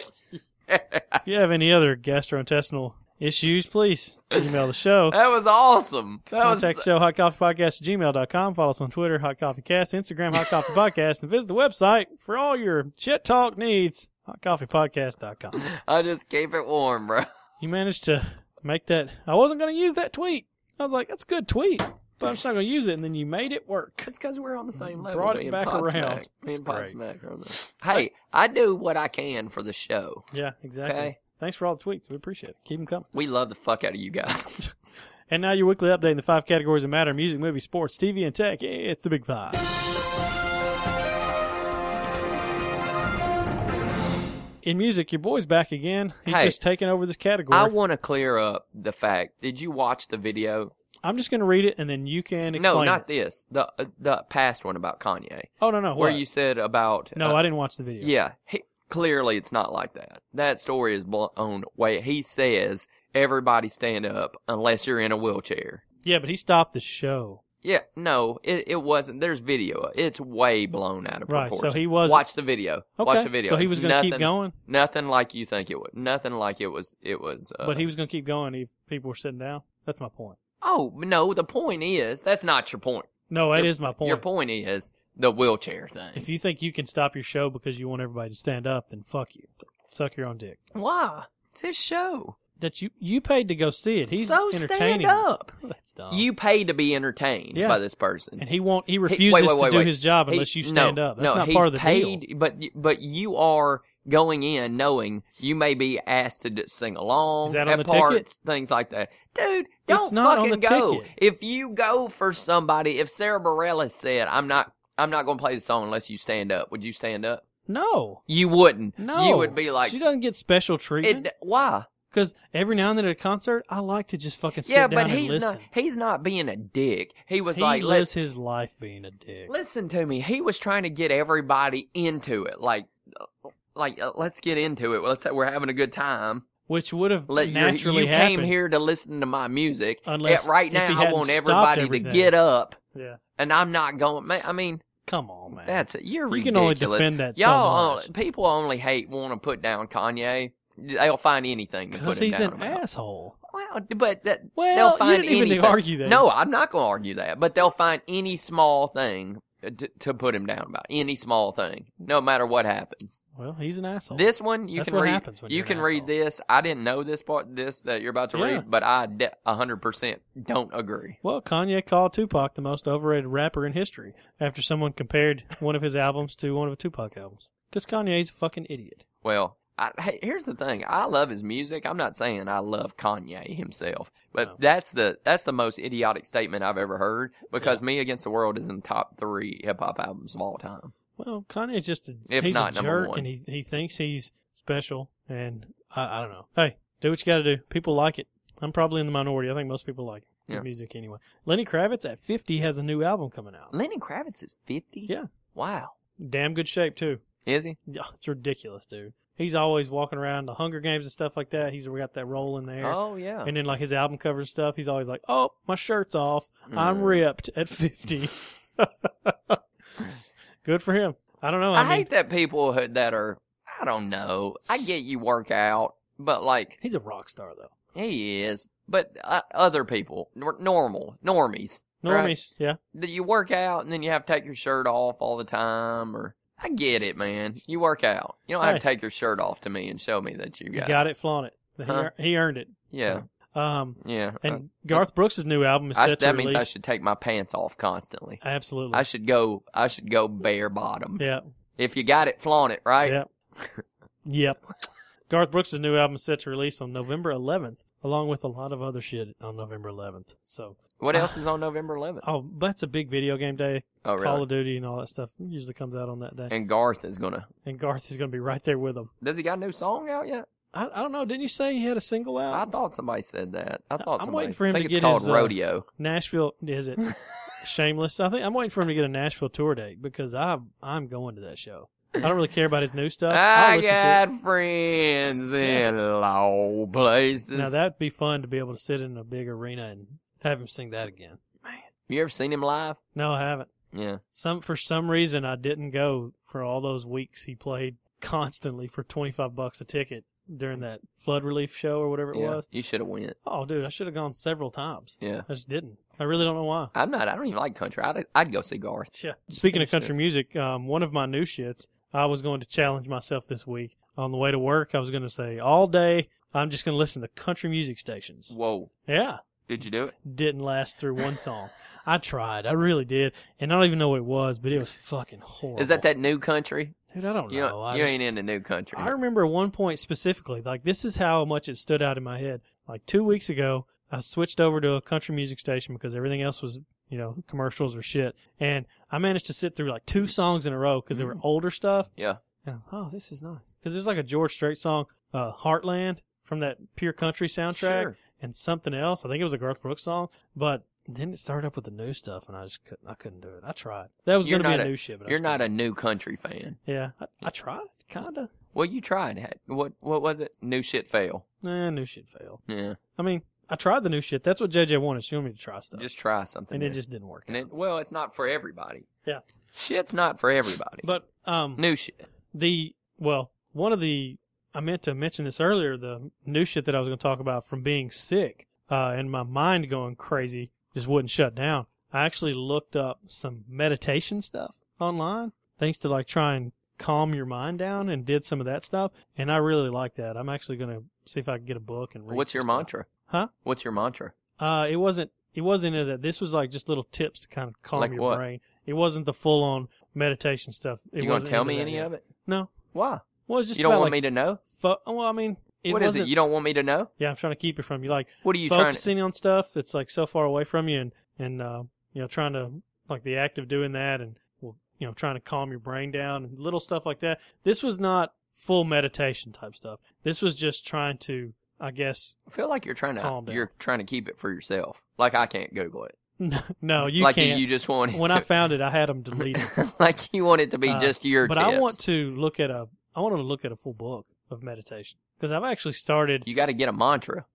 If you have any other gastrointestinal issues, please email the show.
that was awesome. That was
Contact show hot coffee podcast gmail.com. Follow us on Twitter, hot coffee cast, Instagram, hot coffee podcast, and visit the website for all your shit talk needs, hotcoffeepodcast.com.
I just keep it warm, bro.
You managed to make that. I wasn't going to use that tweet. I was like, that's a good tweet, but I'm just not going to use it. And then you made it work.
It's because we're on the same level.
Brought it
me and
back
Podsmack.
around.
Me and
That's
Podsmack are on this. Hey, I do what I can for the show.
Yeah, exactly.
Okay.
Thanks for all the tweets. We appreciate it. Keep them coming.
We love the fuck out of you guys.
And now your weekly update in the five categories that matter music, movies, sports, TV, and tech. It's the Big Five. in music, your boy's back again. He's
Hey.
just taking over this category.
I want to clear up the fact. Did you watch the video?
I'm just going to read it, and then you can explain.
no, not
it.
this. The uh, the past one about Kanye,
Oh no, no.
where
what?
you said about
No,
uh,
I didn't watch the video.
Yeah, he, clearly it's not like that. That story is blown way. He says everybody stand up unless you're in a wheelchair.
Yeah, but he stopped the show.
Yeah, no, it, it wasn't. There's video. It's way blown out of
Right, so
proportion.
he wasn't-
Watch the video.
Okay.
Watch the video.
So he
It's
was going to keep
nothing-
going,
Nothing like you think it would. Nothing like it was. It was. Uh,
but he was going to keep going if people were sitting down. That's my point.
Oh no, the point is that's not your point.
No, that is
Your-
my point.
Your point is the wheelchair thing.
If you think you can stop your show because you want everybody to stand up, then fuck you. Suck your own dick.
Why? It's his show.
That you you paid to go see it. He's
so
entertaining.
stand
you.
up.
That's dumb.
You pay to be entertained
Yeah.
by this person.
and he won't. He
He-
refuses
wait, wait,
to
wait,
do
wait.
his job
He-
unless you stand
no,
up. That's
no,
not
he's
part of the
paid,
deal.
But but you are going in knowing you may be asked to d- sing along
Is that
at
on the ticket?
parts, things like that. Dude, don't
It's not on
fucking
the
go.
ticket.
If you go for somebody, if Sarah Bareilles said, "I'm not, I'm not going to play the song unless you stand up," would you stand up?
No,
You wouldn't.
no.
you would be like,
she doesn't get special treatment
it, "Why?"
because every now and then at a concert, I like to just fucking sit
Yeah,
down
but
and
he's
listen.
not. He's not being a dick. He was
he
like, "Let's
lives his life being a dick.
Listen to me. He was trying to get everybody into it. Like, uh, like uh, let's get into it. Let's say we're having a good time.
which would have
Let your,
naturally
you
happened.
came here to listen to my music.
Unless-
At right
if he
now, I
hadn't
want
stopped
everybody to
everything.
get up,
Yeah,
and I'm not going. Man, I mean,
come on, man.
that's it. You're
You
ridiculous.
can only defend that so
Y'all,
much.
only- people only hate want to put down Kanye. They'll find anything to put
because
him
he's
down
an
about.
asshole.
Well, but that
Well,
they'll
you
find
didn't even
anything.
argue that.
No, I'm not going to argue that. But they'll find any small thing uh, to, to put him down about. Any small thing, no matter what happens.
Well, he's an asshole.
This one you
That's
can
what
read.
happens when
you
you're an
can read
asshole.
this. I didn't know this part. This that you're about to
Yeah.
read, but I de- 100% don't agree.
Well, Kanye called Tupac the most overrated rapper in history after someone compared one of his albums to one of Tupac albums. Because Kanye's a fucking idiot.
Well, I, hey, here's the thing. I love his music. I'm not saying I love Kanye himself, but
No.
that's the that's the most idiotic statement I've ever heard. Because Me Against the World is in the top three hip hop albums of all time.
Well, Kanye's just a,
If
he's
not
a
number
jerk,
one.
and he, he thinks he's special. And I, I don't know. Hey, do what you got to do. People like it. I'm probably in the minority. I think most people like his
Yeah.
music anyway. Lenny Kravitz at 50 has a new album coming out.
Lenny Kravitz is 50?
Yeah.
Wow.
Damn good shape too.
Is he?
Yeah, It's ridiculous, dude. He's always walking around the Hunger Games and stuff like that. He's got that role in there.
Oh, yeah.
And then like his album cover and stuff, he's always like, "Oh, my shirt's off. I'm
Mm.
ripped at 50." Good for him. I don't know. I,
I,
mean,
hate that people who- that are, I don't know. I get you work out, but like,
he's a rock star though.
he is. But uh, other people, nor- normal, normies. right?
Normies, yeah.
That you work out and then you have to take your shirt off all the time or. I get it, man. You work out. You don't have to take your shirt off to me and show me that you
You
got. it.
got it, flaunt it. He,
Huh?
ear- he earned it.
Yeah,
Um,
yeah. Uh,
and Garth Brooks' new album is
I,
set
that
to
means
release.
I should take my pants off constantly.
Absolutely.
I should go. I should go bare bottom.
yeah.
If you got it, flaunt it, right?
Yep. yep. Garth Brooks' new album is set to release on November 11th, along with a lot of other shit on November 11th. So,
What else is on November 11th?
oh, that's a big video game day.
Oh,
Call
really?
of Duty and all that stuff usually comes out on that day.
And Garth is gonna.
and Garth is going to be right there with him.
Does he got a new song out yet?
I, I don't know. Didn't you say he had a single
I
out?
thought somebody said that. I thought
I'm
somebody.
waiting for him
I think
to
it's
get
called
his, uh,
Rodeo.
Nashville is it? Shameless. I think I'm waiting for him to get a Nashville tour date because I I'm going to that show. I don't really care about his new stuff. I'll
I
listen to it.
got friends in low places.
Now that'd be fun to be able to sit in a big arena and have him sing that again.
you ever seen him live?
No, I haven't.
Yeah.
Some for some reason I didn't go for all those weeks he played constantly for 25 bucks a ticket during that flood relief show or whatever it
yeah.
was.
You should have went.
Oh, dude, I should have gone several times.
Yeah.
I just didn't. I really don't know why.
I'm not. I don't even like country. I'd, I'd go see Garth.
Yeah. Speaking of
finish
country music, um, one of my new shits, I was going to challenge myself this week on the way to work. I was going to say all day I'm just going to listen to country music stations.
Whoa.
Yeah,
Did you do it?
didn't last through one song. I tried, I really did, and I don't even know what it was, but it was fucking horrible.
Is that that new country?
dude? I don't
You
know.
don't-
Oh, I
you
just-
ain't into new country.
I remember at one point specifically, like this is how much it stood out in my head. Like two weeks ago, I switched over to a country music station because everything else was, you know, commercials or shit. And I managed to sit through like two songs in a row because they were older stuff.
Mm. Yeah.
And I'm, oh, this is nice because there's like a George Strait song, uh, "Heartland" from that Pure Country soundtrack,
Sure.
and something else. I think it was a Garth Brooks song, but then it started up with the new stuff, and I just couldn't. I couldn't do it. I tried. That was
You're
going to be
not
a
a-
new shit. But I
You're
just
not a
couldn't.
new country fan.
Yeah, I, I tried. Kinda.
Well, you tried. Had- What what was it? New shit fail.
Nah, new shit failed.
Yeah,
I mean, I tried the new shit. That's what JJ wanted. She wanted me to try stuff,
just try something.
and it
new.
just didn't work.
and
out.
it well, it's not for everybody.
Yeah.
shit's not for everybody.
but um,
new shit.
the well, one of the I meant to mention this earlier. The new shit that I was going to talk about from being sick uh, and my mind going crazy just wouldn't shut down. I actually looked up some meditation stuff online, thanks to like try and calm your mind down, and did some of that stuff. And I really like that. I'm actually going to see if I can get a book and read.
What's
some
your
stuff.
mantra?
Huh?
What's your mantra?
Uh, it wasn't. It wasn't into that. This was like just little tips to kind of calm
Like
your
what?
brain. It wasn't the full on meditation stuff. It
you gonna
wasn't
tell
into
me
that
any
yet.
of it?
No.
Why?
Well, it's just
you don't
about,
want
like,
me to know?
Fo- well, I mean, it
What is
wasn't.
it? You don't want me to know?
yeah, I'm trying to keep it from you. Like
What are you trying to?
focusing on stuff that's like so far away from you, and and uh, you know, trying to like the act of doing that, and well, you know, trying to calm your brain down, and little stuff like that. This was not full meditation type stuff. This was just trying to, I guess.
I feel like you're trying to.
Calm down.
You're trying to keep it for yourself. Like I can't Google it.
No, you
like
can't.
you just want it
when
to,
I found it, I had them deleted.
like you want it to be
Uh,
just your.
but
tips.
I want to look at a. I want to look at a full book of meditation because I've actually started.
You got to get a mantra.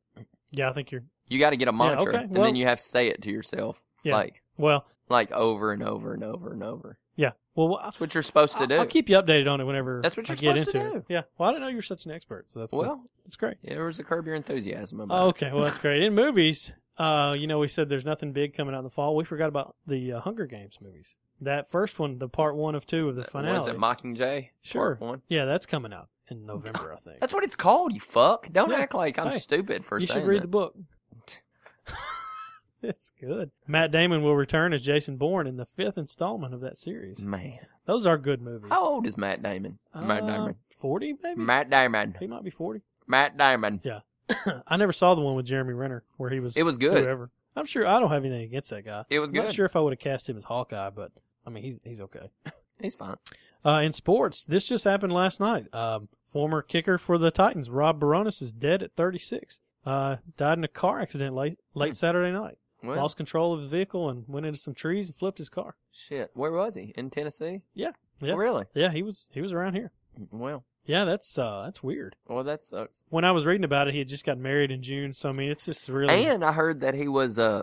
yeah, I think you're.
You got to get a mantra,
okay,
and
well-
then you have to say it to yourself,
Yeah.
like
Well,
like over and over and over and over.
yeah. Well, I-
That's what you're supposed to
I'll,
do.
I'll keep you updated on it whenever
That's what
I
you're
get
supposed to
into it.
do.
Yeah. Well, I didn't know you were such an expert, so that's well,
well,
that's great.
yeah, there was a curb your enthusiasm about.
Oh, okay, well that's great. In movies, uh, you know, we said there's nothing big coming out in the fall. We forgot about the uh, Hunger Games movies. That first one, the part one of two of the
it. Was
finale.
it Mockingjay?
sure.
Part One.
Yeah, that's coming out in November, I think.
That's what it's called. You fuck. Don't
Yeah.
act like I'm
Hey,
stupid for
you
saying
should read
that.
the book. it's good. Matt Damon will return as Jason Bourne in the fifth installment of that series.
Man,
Those are good movies.
Mm. how old is Matt Damon? Matt
Uh,
Damon.
forty maybe.
Matt Damon.
he might be forty.
Matt Damon.
I never saw the one with Jeremy Renner where he was.
It was good.
Whoever. I'm sure I don't have anything against that guy.
It was
I'm Not
good.
sure if I would have cast him as Hawkeye, but I mean he's he's okay.
He's fine.
Uh, in sports, this just happened last night. Um, former kicker for the Titans, Rob Baronis, is dead at 36. Uh, died in a car accident late
Hmm.
late Saturday night.
Well,
Lost control of his vehicle and went into some trees and flipped his car.
shit. Where was he? In Tennessee?
Yeah, yeah.
Really?
Yeah, he was he was around here.
Well,
Yeah, that's uh that's weird.
well, that sucks.
When I was reading about it, he had just got married in June, so I mean it's just really
And I heard that he was uh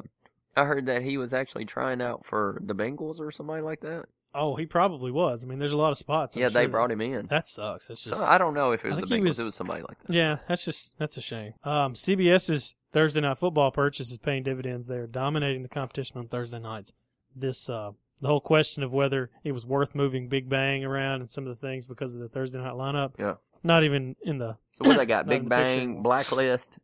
I heard that he was actually trying out for the Bengals or somebody like that.
oh he probably was. I mean there's a lot of spots. I'm
yeah, they
sure.
brought him in.
That sucks. That's just
So I don't know if it
I
was the
think he
Bengals,
was-
it was somebody like that.
yeah. That's just that's a shame. Um, CBS's Thursday night football purchase is paying dividends. They are dominating the competition on Thursday nights. This uh, the whole question of whether it was worth moving Big Bang around and some of the things because of the Thursday night lineup.
Yeah.
Not even in the
So what they got?
Not in
Big
the picture.
Bang, Blacklist.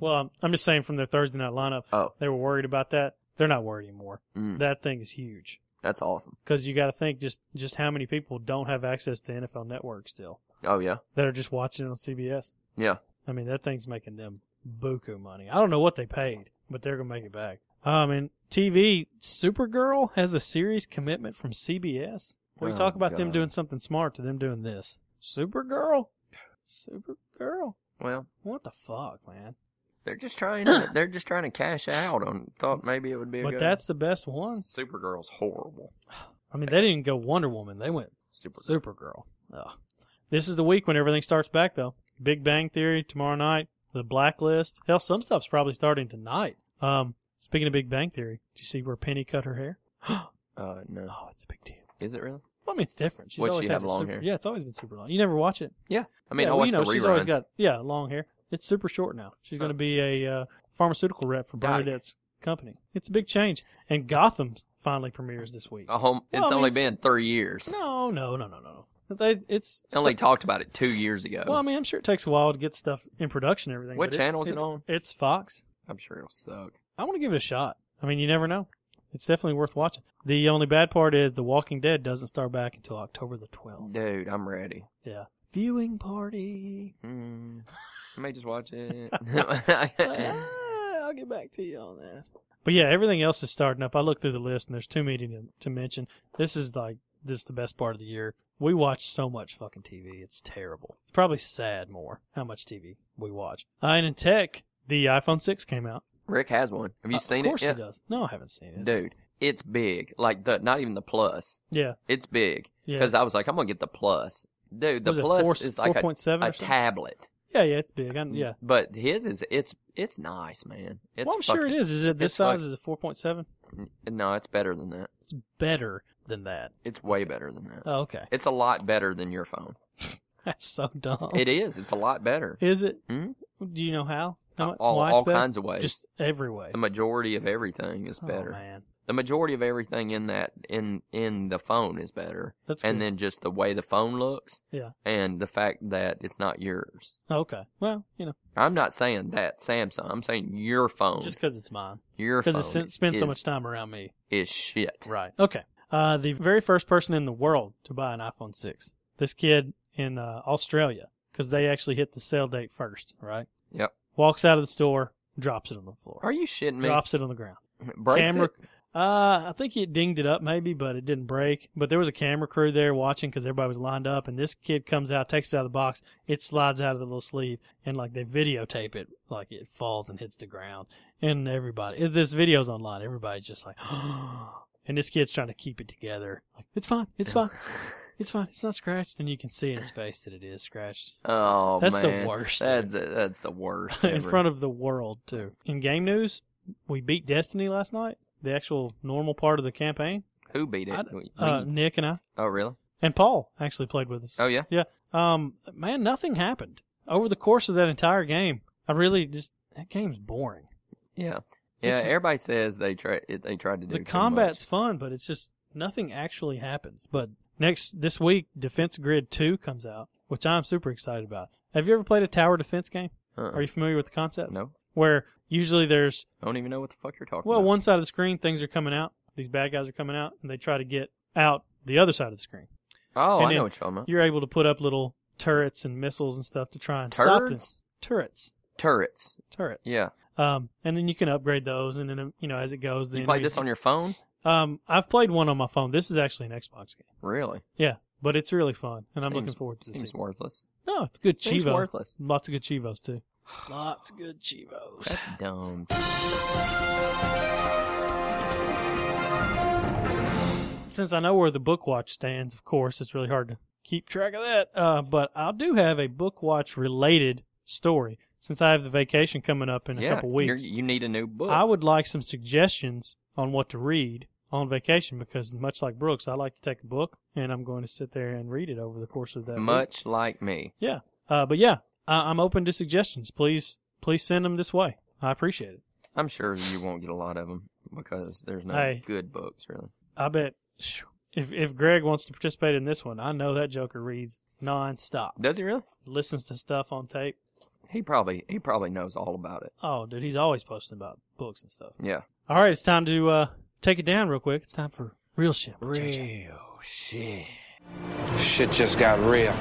well. I'm, I'm just saying from their Thursday night lineup.
Oh.
They were worried about that. They're not worried anymore.
Mm.
That thing is huge
That's awesome.
because you got to think just just how many people don't have access to NFL Network still
Oh yeah.
that are just watching it on CBS.
Yeah.
I mean, that thing's making them buku money. I don't know what they paid, but they're gonna make it back. Um, and TV, Supergirl has a series commitment from CBS. We
Oh,
talk about them
God.
doing something smart to them doing this. Supergirl, Supergirl.
Well,
What the fuck, man?
they're just trying to they're just trying to cash out on thought maybe it would be a
But
good
that's the best ones.
Supergirl's horrible.
I mean, they didn't go Wonder Woman. They went
Super
Supergirl. Ugh. This is the week when everything starts back, though. Big Bang Theory tomorrow night. The Blacklist. Hell, some stuff's probably starting tonight. Um, speaking of Big Bang Theory, did you see where Penny cut her hair?
uh no.
Oh, it's a big deal.
Is it really?
Well, I mean, it's different. She's
What,
always
she
had
have
a
long
super,
hair?
Yeah, it's always been super long. You never watch it.
Yeah. I mean I
yeah, well,
watched
you know,
the reruns.
she's always got yeah long hair. It's super short now. She's going
Huh.
to be a uh, pharmaceutical rep for
Dyke.
Bernadette's company. It's a big change. And Gotham finally premieres this week.
a home
Well,
it's
I mean,
only
it's-
been three years.
No, no, no, no, no. They, it's
They only talked about it two years ago.
Well, I mean, I'm sure it takes a while to get stuff in production and everything.
Oh. What
but
channel is it on?
It's Fox.
I'm sure it'll suck.
I want to give it a shot. I mean, you never know. It's definitely worth watching. The only bad part is The Walking Dead doesn't start back until October the 12th.
Dude, I'm ready.
Yeah. Viewing party.
Mm, I may just watch it.
Ah, I'll get back to you on that. But yeah, everything else is starting up. I looked through the list and there's too many to, to mention. This is like this is the best part of the year. We watch so much fucking TV. It's terrible. It's probably sad more how much TV we watch. Uh, and in tech, the iPhone 6 came out.
Rick has one. Have you
Uh,
seen
Of course
it?
he does. No, I haven't seen it.
Dude, it's big. Like the not even the plus.
Yeah.
It's big.
Yeah.
Because I was like, I'm gonna get the plus. Dude, the
Was it
plus
four-
is like a,
4.7 or
a
something?
tablet.
yeah, yeah, it's big. I, yeah.
But his is it's it's nice, man. It's
well, I'm sure it
fucking-
is. Is it this
it's like-
size? is it 4.7?
No, it's better than that.
It's better than that.
It's way better than that.
Oh, okay.
It's a lot better than your phone.
That's so dumb.
It is. It's a lot better.
Is it?
Hmm?
Do you know how? How mu-
all
why it's
all
better?
kinds of ways.
Just every way.
the majority of everything is
Oh,
better.
man.
the majority of everything in that in in the phone is better.
That's
and
good.
then just the way the phone looks.
Yeah.
And the fact that it's not yours.
Okay. Well, you know,
I'm not saying that Samsung. I'm saying your phone.
just because it's mine.
Oh, your phone
Because it spends
is,
so much time around me.
is shit.
Right. Okay. Uh, the very first person in the world to buy an iPhone 6. This kid in uh, Australia, because they actually hit the sale date first, right?
Yep.
Walks out of the store, drops it on the floor,
Are you shitting me?
drops it on the ground.
Breaks
camera.
it?
Uh, I think it dinged it up maybe, but it didn't break. But there was a camera crew there watching because everybody was lined up, and this kid comes out, takes it out of the box, it slides out of the little sleeve, and like they videotape it, like it falls and hits the ground, and everybody. It, this video's online. Everybody's just like, and this kid's trying to keep it together. Like it's fine, it's fine, it's fine, it's not scratched, and you can see in his face that it is scratched
Oh
That's the
man.
worst, dude.
That's that's the worst.
in
ever.
front of the world too. In game news, we beat Destiny last night. The actual normal part of the campaign.
who beat it?
I-
We-
uh,
we-
Nick and I
oh really?
and Paul actually played with us.
Oh yeah.
Um, man, nothing happened over the course of that entire game. I really just that game's boring.
Yeah. Yeah.
It's-
everybody says they try it, they tried to do
The
too
combat's
much.
fun, but it's just nothing actually happens. But next this week, Defense Grid Two comes out, which I'm super excited about. Have you ever played a tower defense game?
Uh-uh.
Are you familiar with the concept?
No.
Where usually there's
I don't even know what the fuck you're talking
Well,
about.
one side of the screen, things are coming out. These bad guys are coming out, and they try to get out the other side of the screen.
Oh,
and
I
then
know what you're talking about.
You're able to put up little turrets and missiles and stuff to try and stop them.
Turrets?
Turrets,
Turrets.
turrets.
Yeah.
Um, and then you can upgrade those, and then um, you know as it goes, the
You played
enemies-
this on your phone?
Um, I've played one on my phone. This is actually an Xbox game.
Really?
Yeah, but it's really fun, and I'm
Seems-
looking forward to
Seems
this.
worthless.
No, it's good
Seems
Chivo.
worthless.
Lots of good Chivos too. Lots of good Chivos.
That's dumb.
since I know where the book watch stands, of course, it's really hard to keep track of that. Uh, but I do have a book watch related story since I have the vacation coming up in a
yeah,
couple
you're-
weeks.
you need a new book.
I would like some suggestions on what to read on vacation because, much like Brooks, I like to take a book and I'm going to sit there and read it over the course of that. week.
Much like me.
Yeah. Uh, but yeah, I- I'm open to suggestions. Please, please send them this way. I appreciate it.
I'm sure you won't get a lot of them because there's no
Hey.
good books, really.
I bet if if Greg wants to participate in this one, I know that Joker reads nonstop.
Does he really?
listens to stuff on tape.
He probably he probably knows all about it.
Oh, dude, he's always posting about books and stuff.
Yeah.
All right, it's time to uh, take it down real quick. It's time for real shit. with JJ.
Real shit.
Shit just got real.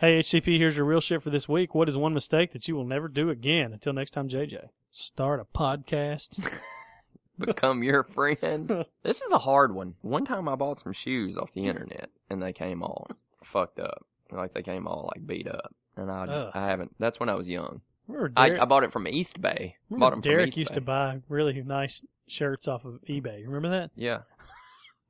Hey, HCP, here's your real shit for this week. What is one mistake that you will never do again? Until next time, JJ. Start a podcast.
Become your friend. This is a hard one. One time I bought some shoes off the internet and they came all fucked up. Like they came all like beat up. And I
Ugh.
I haven't that's when I was young.
Remember
I,
Derek,
I bought it from East Bay.
remember
Bought them from
Derek
East
used
Bay.
to buy really nice shirts off of eBay. You Remember that?
Yeah.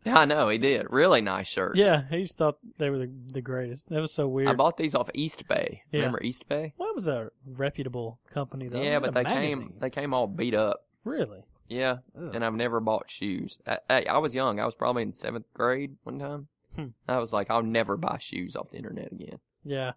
Yeah, I know he did. Really nice shirt.
Yeah, he just thought they were the, the greatest. That was so weird.
I bought these off East Bay.
Yeah.
Remember East Bay?
Why was that a reputable company? Though?
yeah, but
A
they came
magazine.
they came all beat up.
really.
Yeah,
Ugh.
and I've never bought shoes. I, I, I was young. I was probably in seventh grade one time.
Hmm.
I was like, I'll never buy shoes off the internet again.
yeah,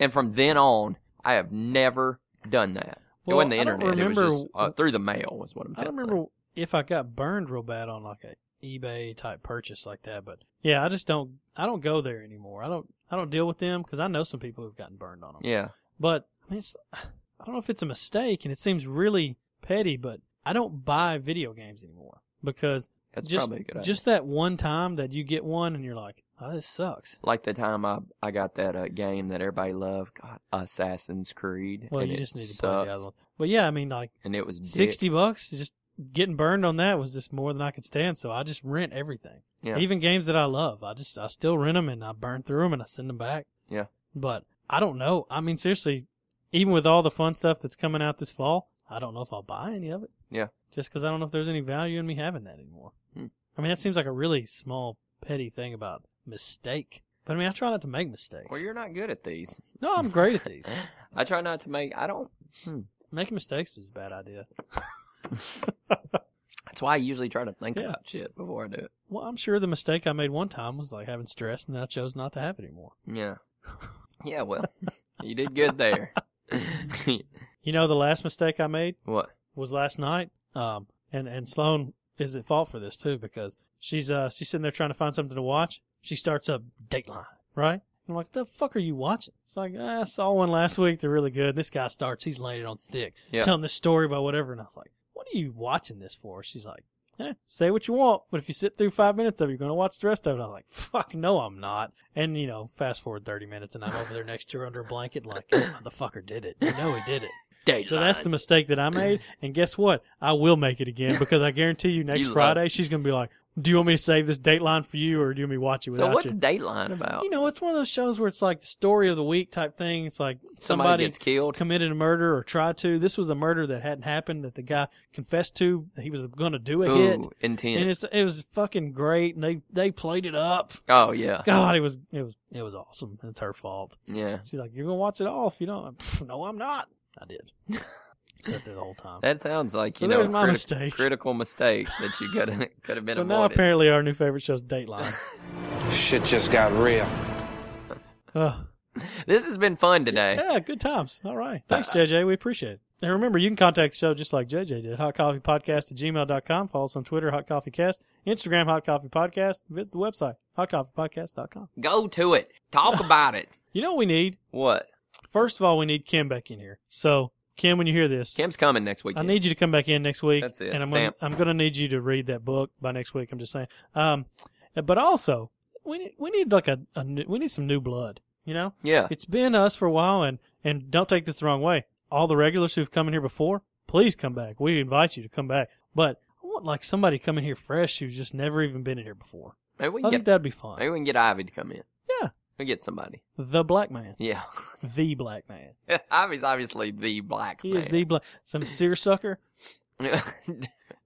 And from then on, I have never done that. it
Well,
wasn't the
I don't
internet. it
remember-
was just uh, through the mail was what I'm
I
telling
don't
you.
remember if I got burned real bad on like a eBay type purchase like that, but yeah, I just don't. I don't go there anymore. I don't. I don't deal with them because I know some people who've gotten burned on them.
Yeah,
But I mean, it's, I don't know if it's a mistake, and it seems really petty, but I don't buy video games anymore because
that's
just
probably a good idea.
just that one time that you get one and you're like, oh, this sucks.
like the time I I got that uh, game that everybody loved, God, Assassin's Creed.
Well,
and
you
it
just need to play
sucks,
the other one. But yeah, I mean, like
And it was dick.
sixty bucks, just getting burned on that was just more than I could stand. So I just rent everything,
Yeah.
even games that I love. I just I still rent them and I burn through them and I send them back.
Yeah.
But I don't know. I mean, seriously, even with all the fun stuff that's coming out this fall, I don't know if I'll buy any of it.
Yeah.
Just because I don't know if there's any value in me having that anymore.
Hmm.
I mean, that seems like a really small petty thing about mistake. But I mean, I try not to make mistakes.
Well, you're not good at these.
no, I'm great at these.
I try not to make. I don't.
Making mistakes is a bad idea.
That's why I usually try to think
Yeah.
about shit before I do it.
Well, I'm sure the mistake I made one time was like having stress, and then I chose not to have it anymore.
Yeah. Yeah. Well, you did good there.
You know, the last mistake I made
what?
was last night. Um, and and Sloan is at fault for this too because she's uh she's sitting there trying to find something to watch. She starts up Dateline, right? I'm like, the fuck are you watching? It's like "Ah, I saw one last week. They're really good. This guy starts. He's laying it on thick,
Yeah.
telling this story about whatever. And I was like, what are you watching this for? She's like, eh, say what you want, but if you sit through five minutes of it, you're going to watch the rest of it. I'm like, fuck, no, I'm not. And you know, fast forward thirty minutes, and I'm over there next to her under a blanket, like, "That motherfucker did it. You know he did it.
Dateline.
So that's the mistake that I made. And guess what? I will make it again because I guarantee you next
You love-
Friday she's going to be like, "Do you want me to save this Dateline for you, or do you want me to watch it
So
without
what's
you?"
Dateline about?
You know, it's one of those shows where it's like the story of the week type thing. It's like
somebody,
somebody,
gets killed.
committed a murder or tried to. This was a murder that hadn't happened that the guy confessed to. That he was going to do a hit,
Ooh, intent.
and it's it was fucking great. And they they played it up.
oh yeah,
God, it was it was it was awesome. It's her fault.
yeah.
She's like, "You're gonna watch it all if you don't." Pff, no, I'm not. I did. Sat there the whole time.
That sounds like
Um, So
you know
there's
a
my
criti-
mistake.
critical mistake that you could have could have been
so now
avoided.
apparently our new favorite show is Dateline.
Shit just got real.
Ugh.
this has been fun today.
Uh, yeah, good times. All right. Thanks, JJ. We appreciate it. And remember, you can contact the show just like JJ did. Hot Coffee Podcast at gmail.com. Follow us on Twitter, Hot Coffee Cast, Instagram, Hot Coffee Podcast. Visit the website, hotcoffeepodcast.com.
Go to it. Talk about it.
You know what we need?
What?
First of all, we need Kim back in here. So, Kim, when you hear this,
Kim's coming next week.
I need you to come back in next week.
That's it.
And I'm
Stamp.
Gonna, I'm going to need you to read that book by next week. I'm just saying. Um, but also, we need, we need like a, a new, we need some new blood. You know,
Yeah.
it's been us for a while, and and don't take this the wrong way. All the regulars who've come in here before, please come back. We invite you to come back. But I want like somebody coming here fresh who's just never even been in here before.
Maybe we
I
can
think
get
that'd be fun.
maybe we can get Ivy to come in.
Yeah.
We get somebody.
The black man,
Yeah.
the black man.
Ivy's obviously the black
He
man.
is the black. Some seersucker.
the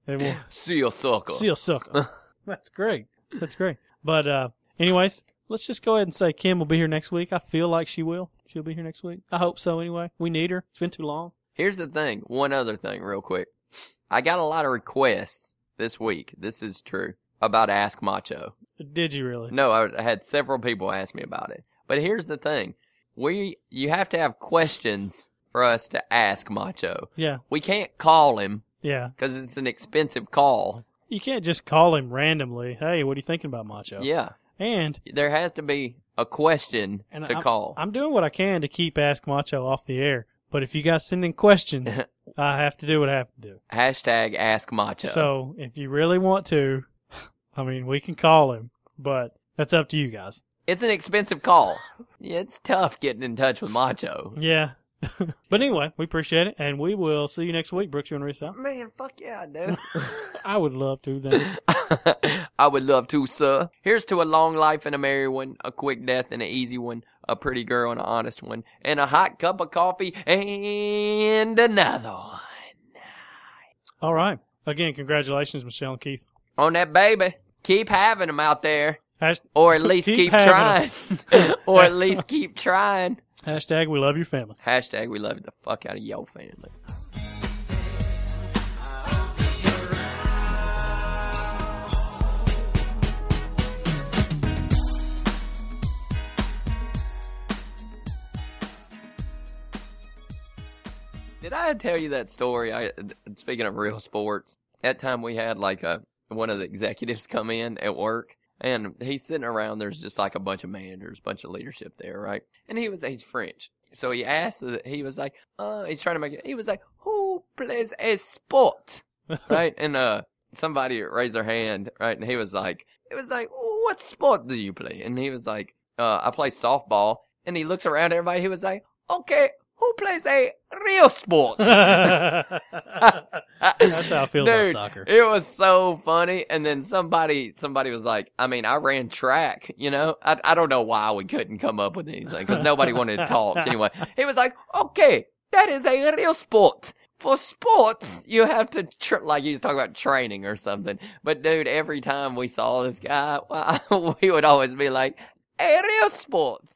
And we'll
seal circle.
Seal sucker. That's great. That's great. But uh anyways, let's just go ahead and say Kim will be here next week. I feel like she will. She'll be here next week. I hope so anyway. We need her. It's been too long.
Here's the thing. One other thing, real quick. I got a lot of requests this week. This is true about Ask Macho.
Did you really?
No, I I had several people ask me about it. But here's the thing. We you have to have questions for us to ask Macho.
Yeah.
We can't call him
Yeah.
because it's an expensive call.
You can't just call him randomly. Hey, what are you thinking about Macho?
Yeah.
And
There has to be a question
and
to
I'm,
call.
I'm doing what I can to keep Ask Macho off the air. But if you guys send in questions, I have to do what I have to do.
Hashtag ask Macho.
So if you really want to, I mean, we can call him, but that's up to you guys.
it's an expensive call. yeah, it's tough getting in touch with Macho.
Yeah. but anyway, we appreciate it, and we will see you next week. Brooks, you want to reach out?
Man, fuck yeah, dude.
I would love to. Then.
I would love to, sir. Here's to a long life and a merry one, a quick death and an easy one, a pretty girl and an honest one, and a hot cup of coffee and another one.
All right. Again, congratulations, Michelle and Keith.
On that baby. Keep having them out there.
Hasht-
Or at least
Keep
keep,
having
trying. or at least keep trying.
hashtag we love your family.
Hashtag we love the fuck out of yo family. Did I tell you that story? I speaking of real sports, that time we had like a one of the executives come in at work, and he's sitting around. There's just like a bunch of managers, bunch of leadership there, right? And he was he's French, so he asked. He was like, uh, he's trying to make it. He was like, who plays a sport, right? And uh, somebody raised their hand, right? And he was like, it was like, what sport do you play? And he was like, uh, I play softball. And he looks around at everybody. He was like, okay, who plays a real sport.
That's how I feel about
Dude,
soccer.
It was so funny. And then somebody somebody was like, I mean, I ran track, you know? I, I don't know why we couldn't come up with anything because nobody wanted to talk anyway. He was like, okay, that is a real sport. For sports, you have to, tr- like, you was talking about training or something. But dude, every time we saw this guy, we would always be like, a real sport.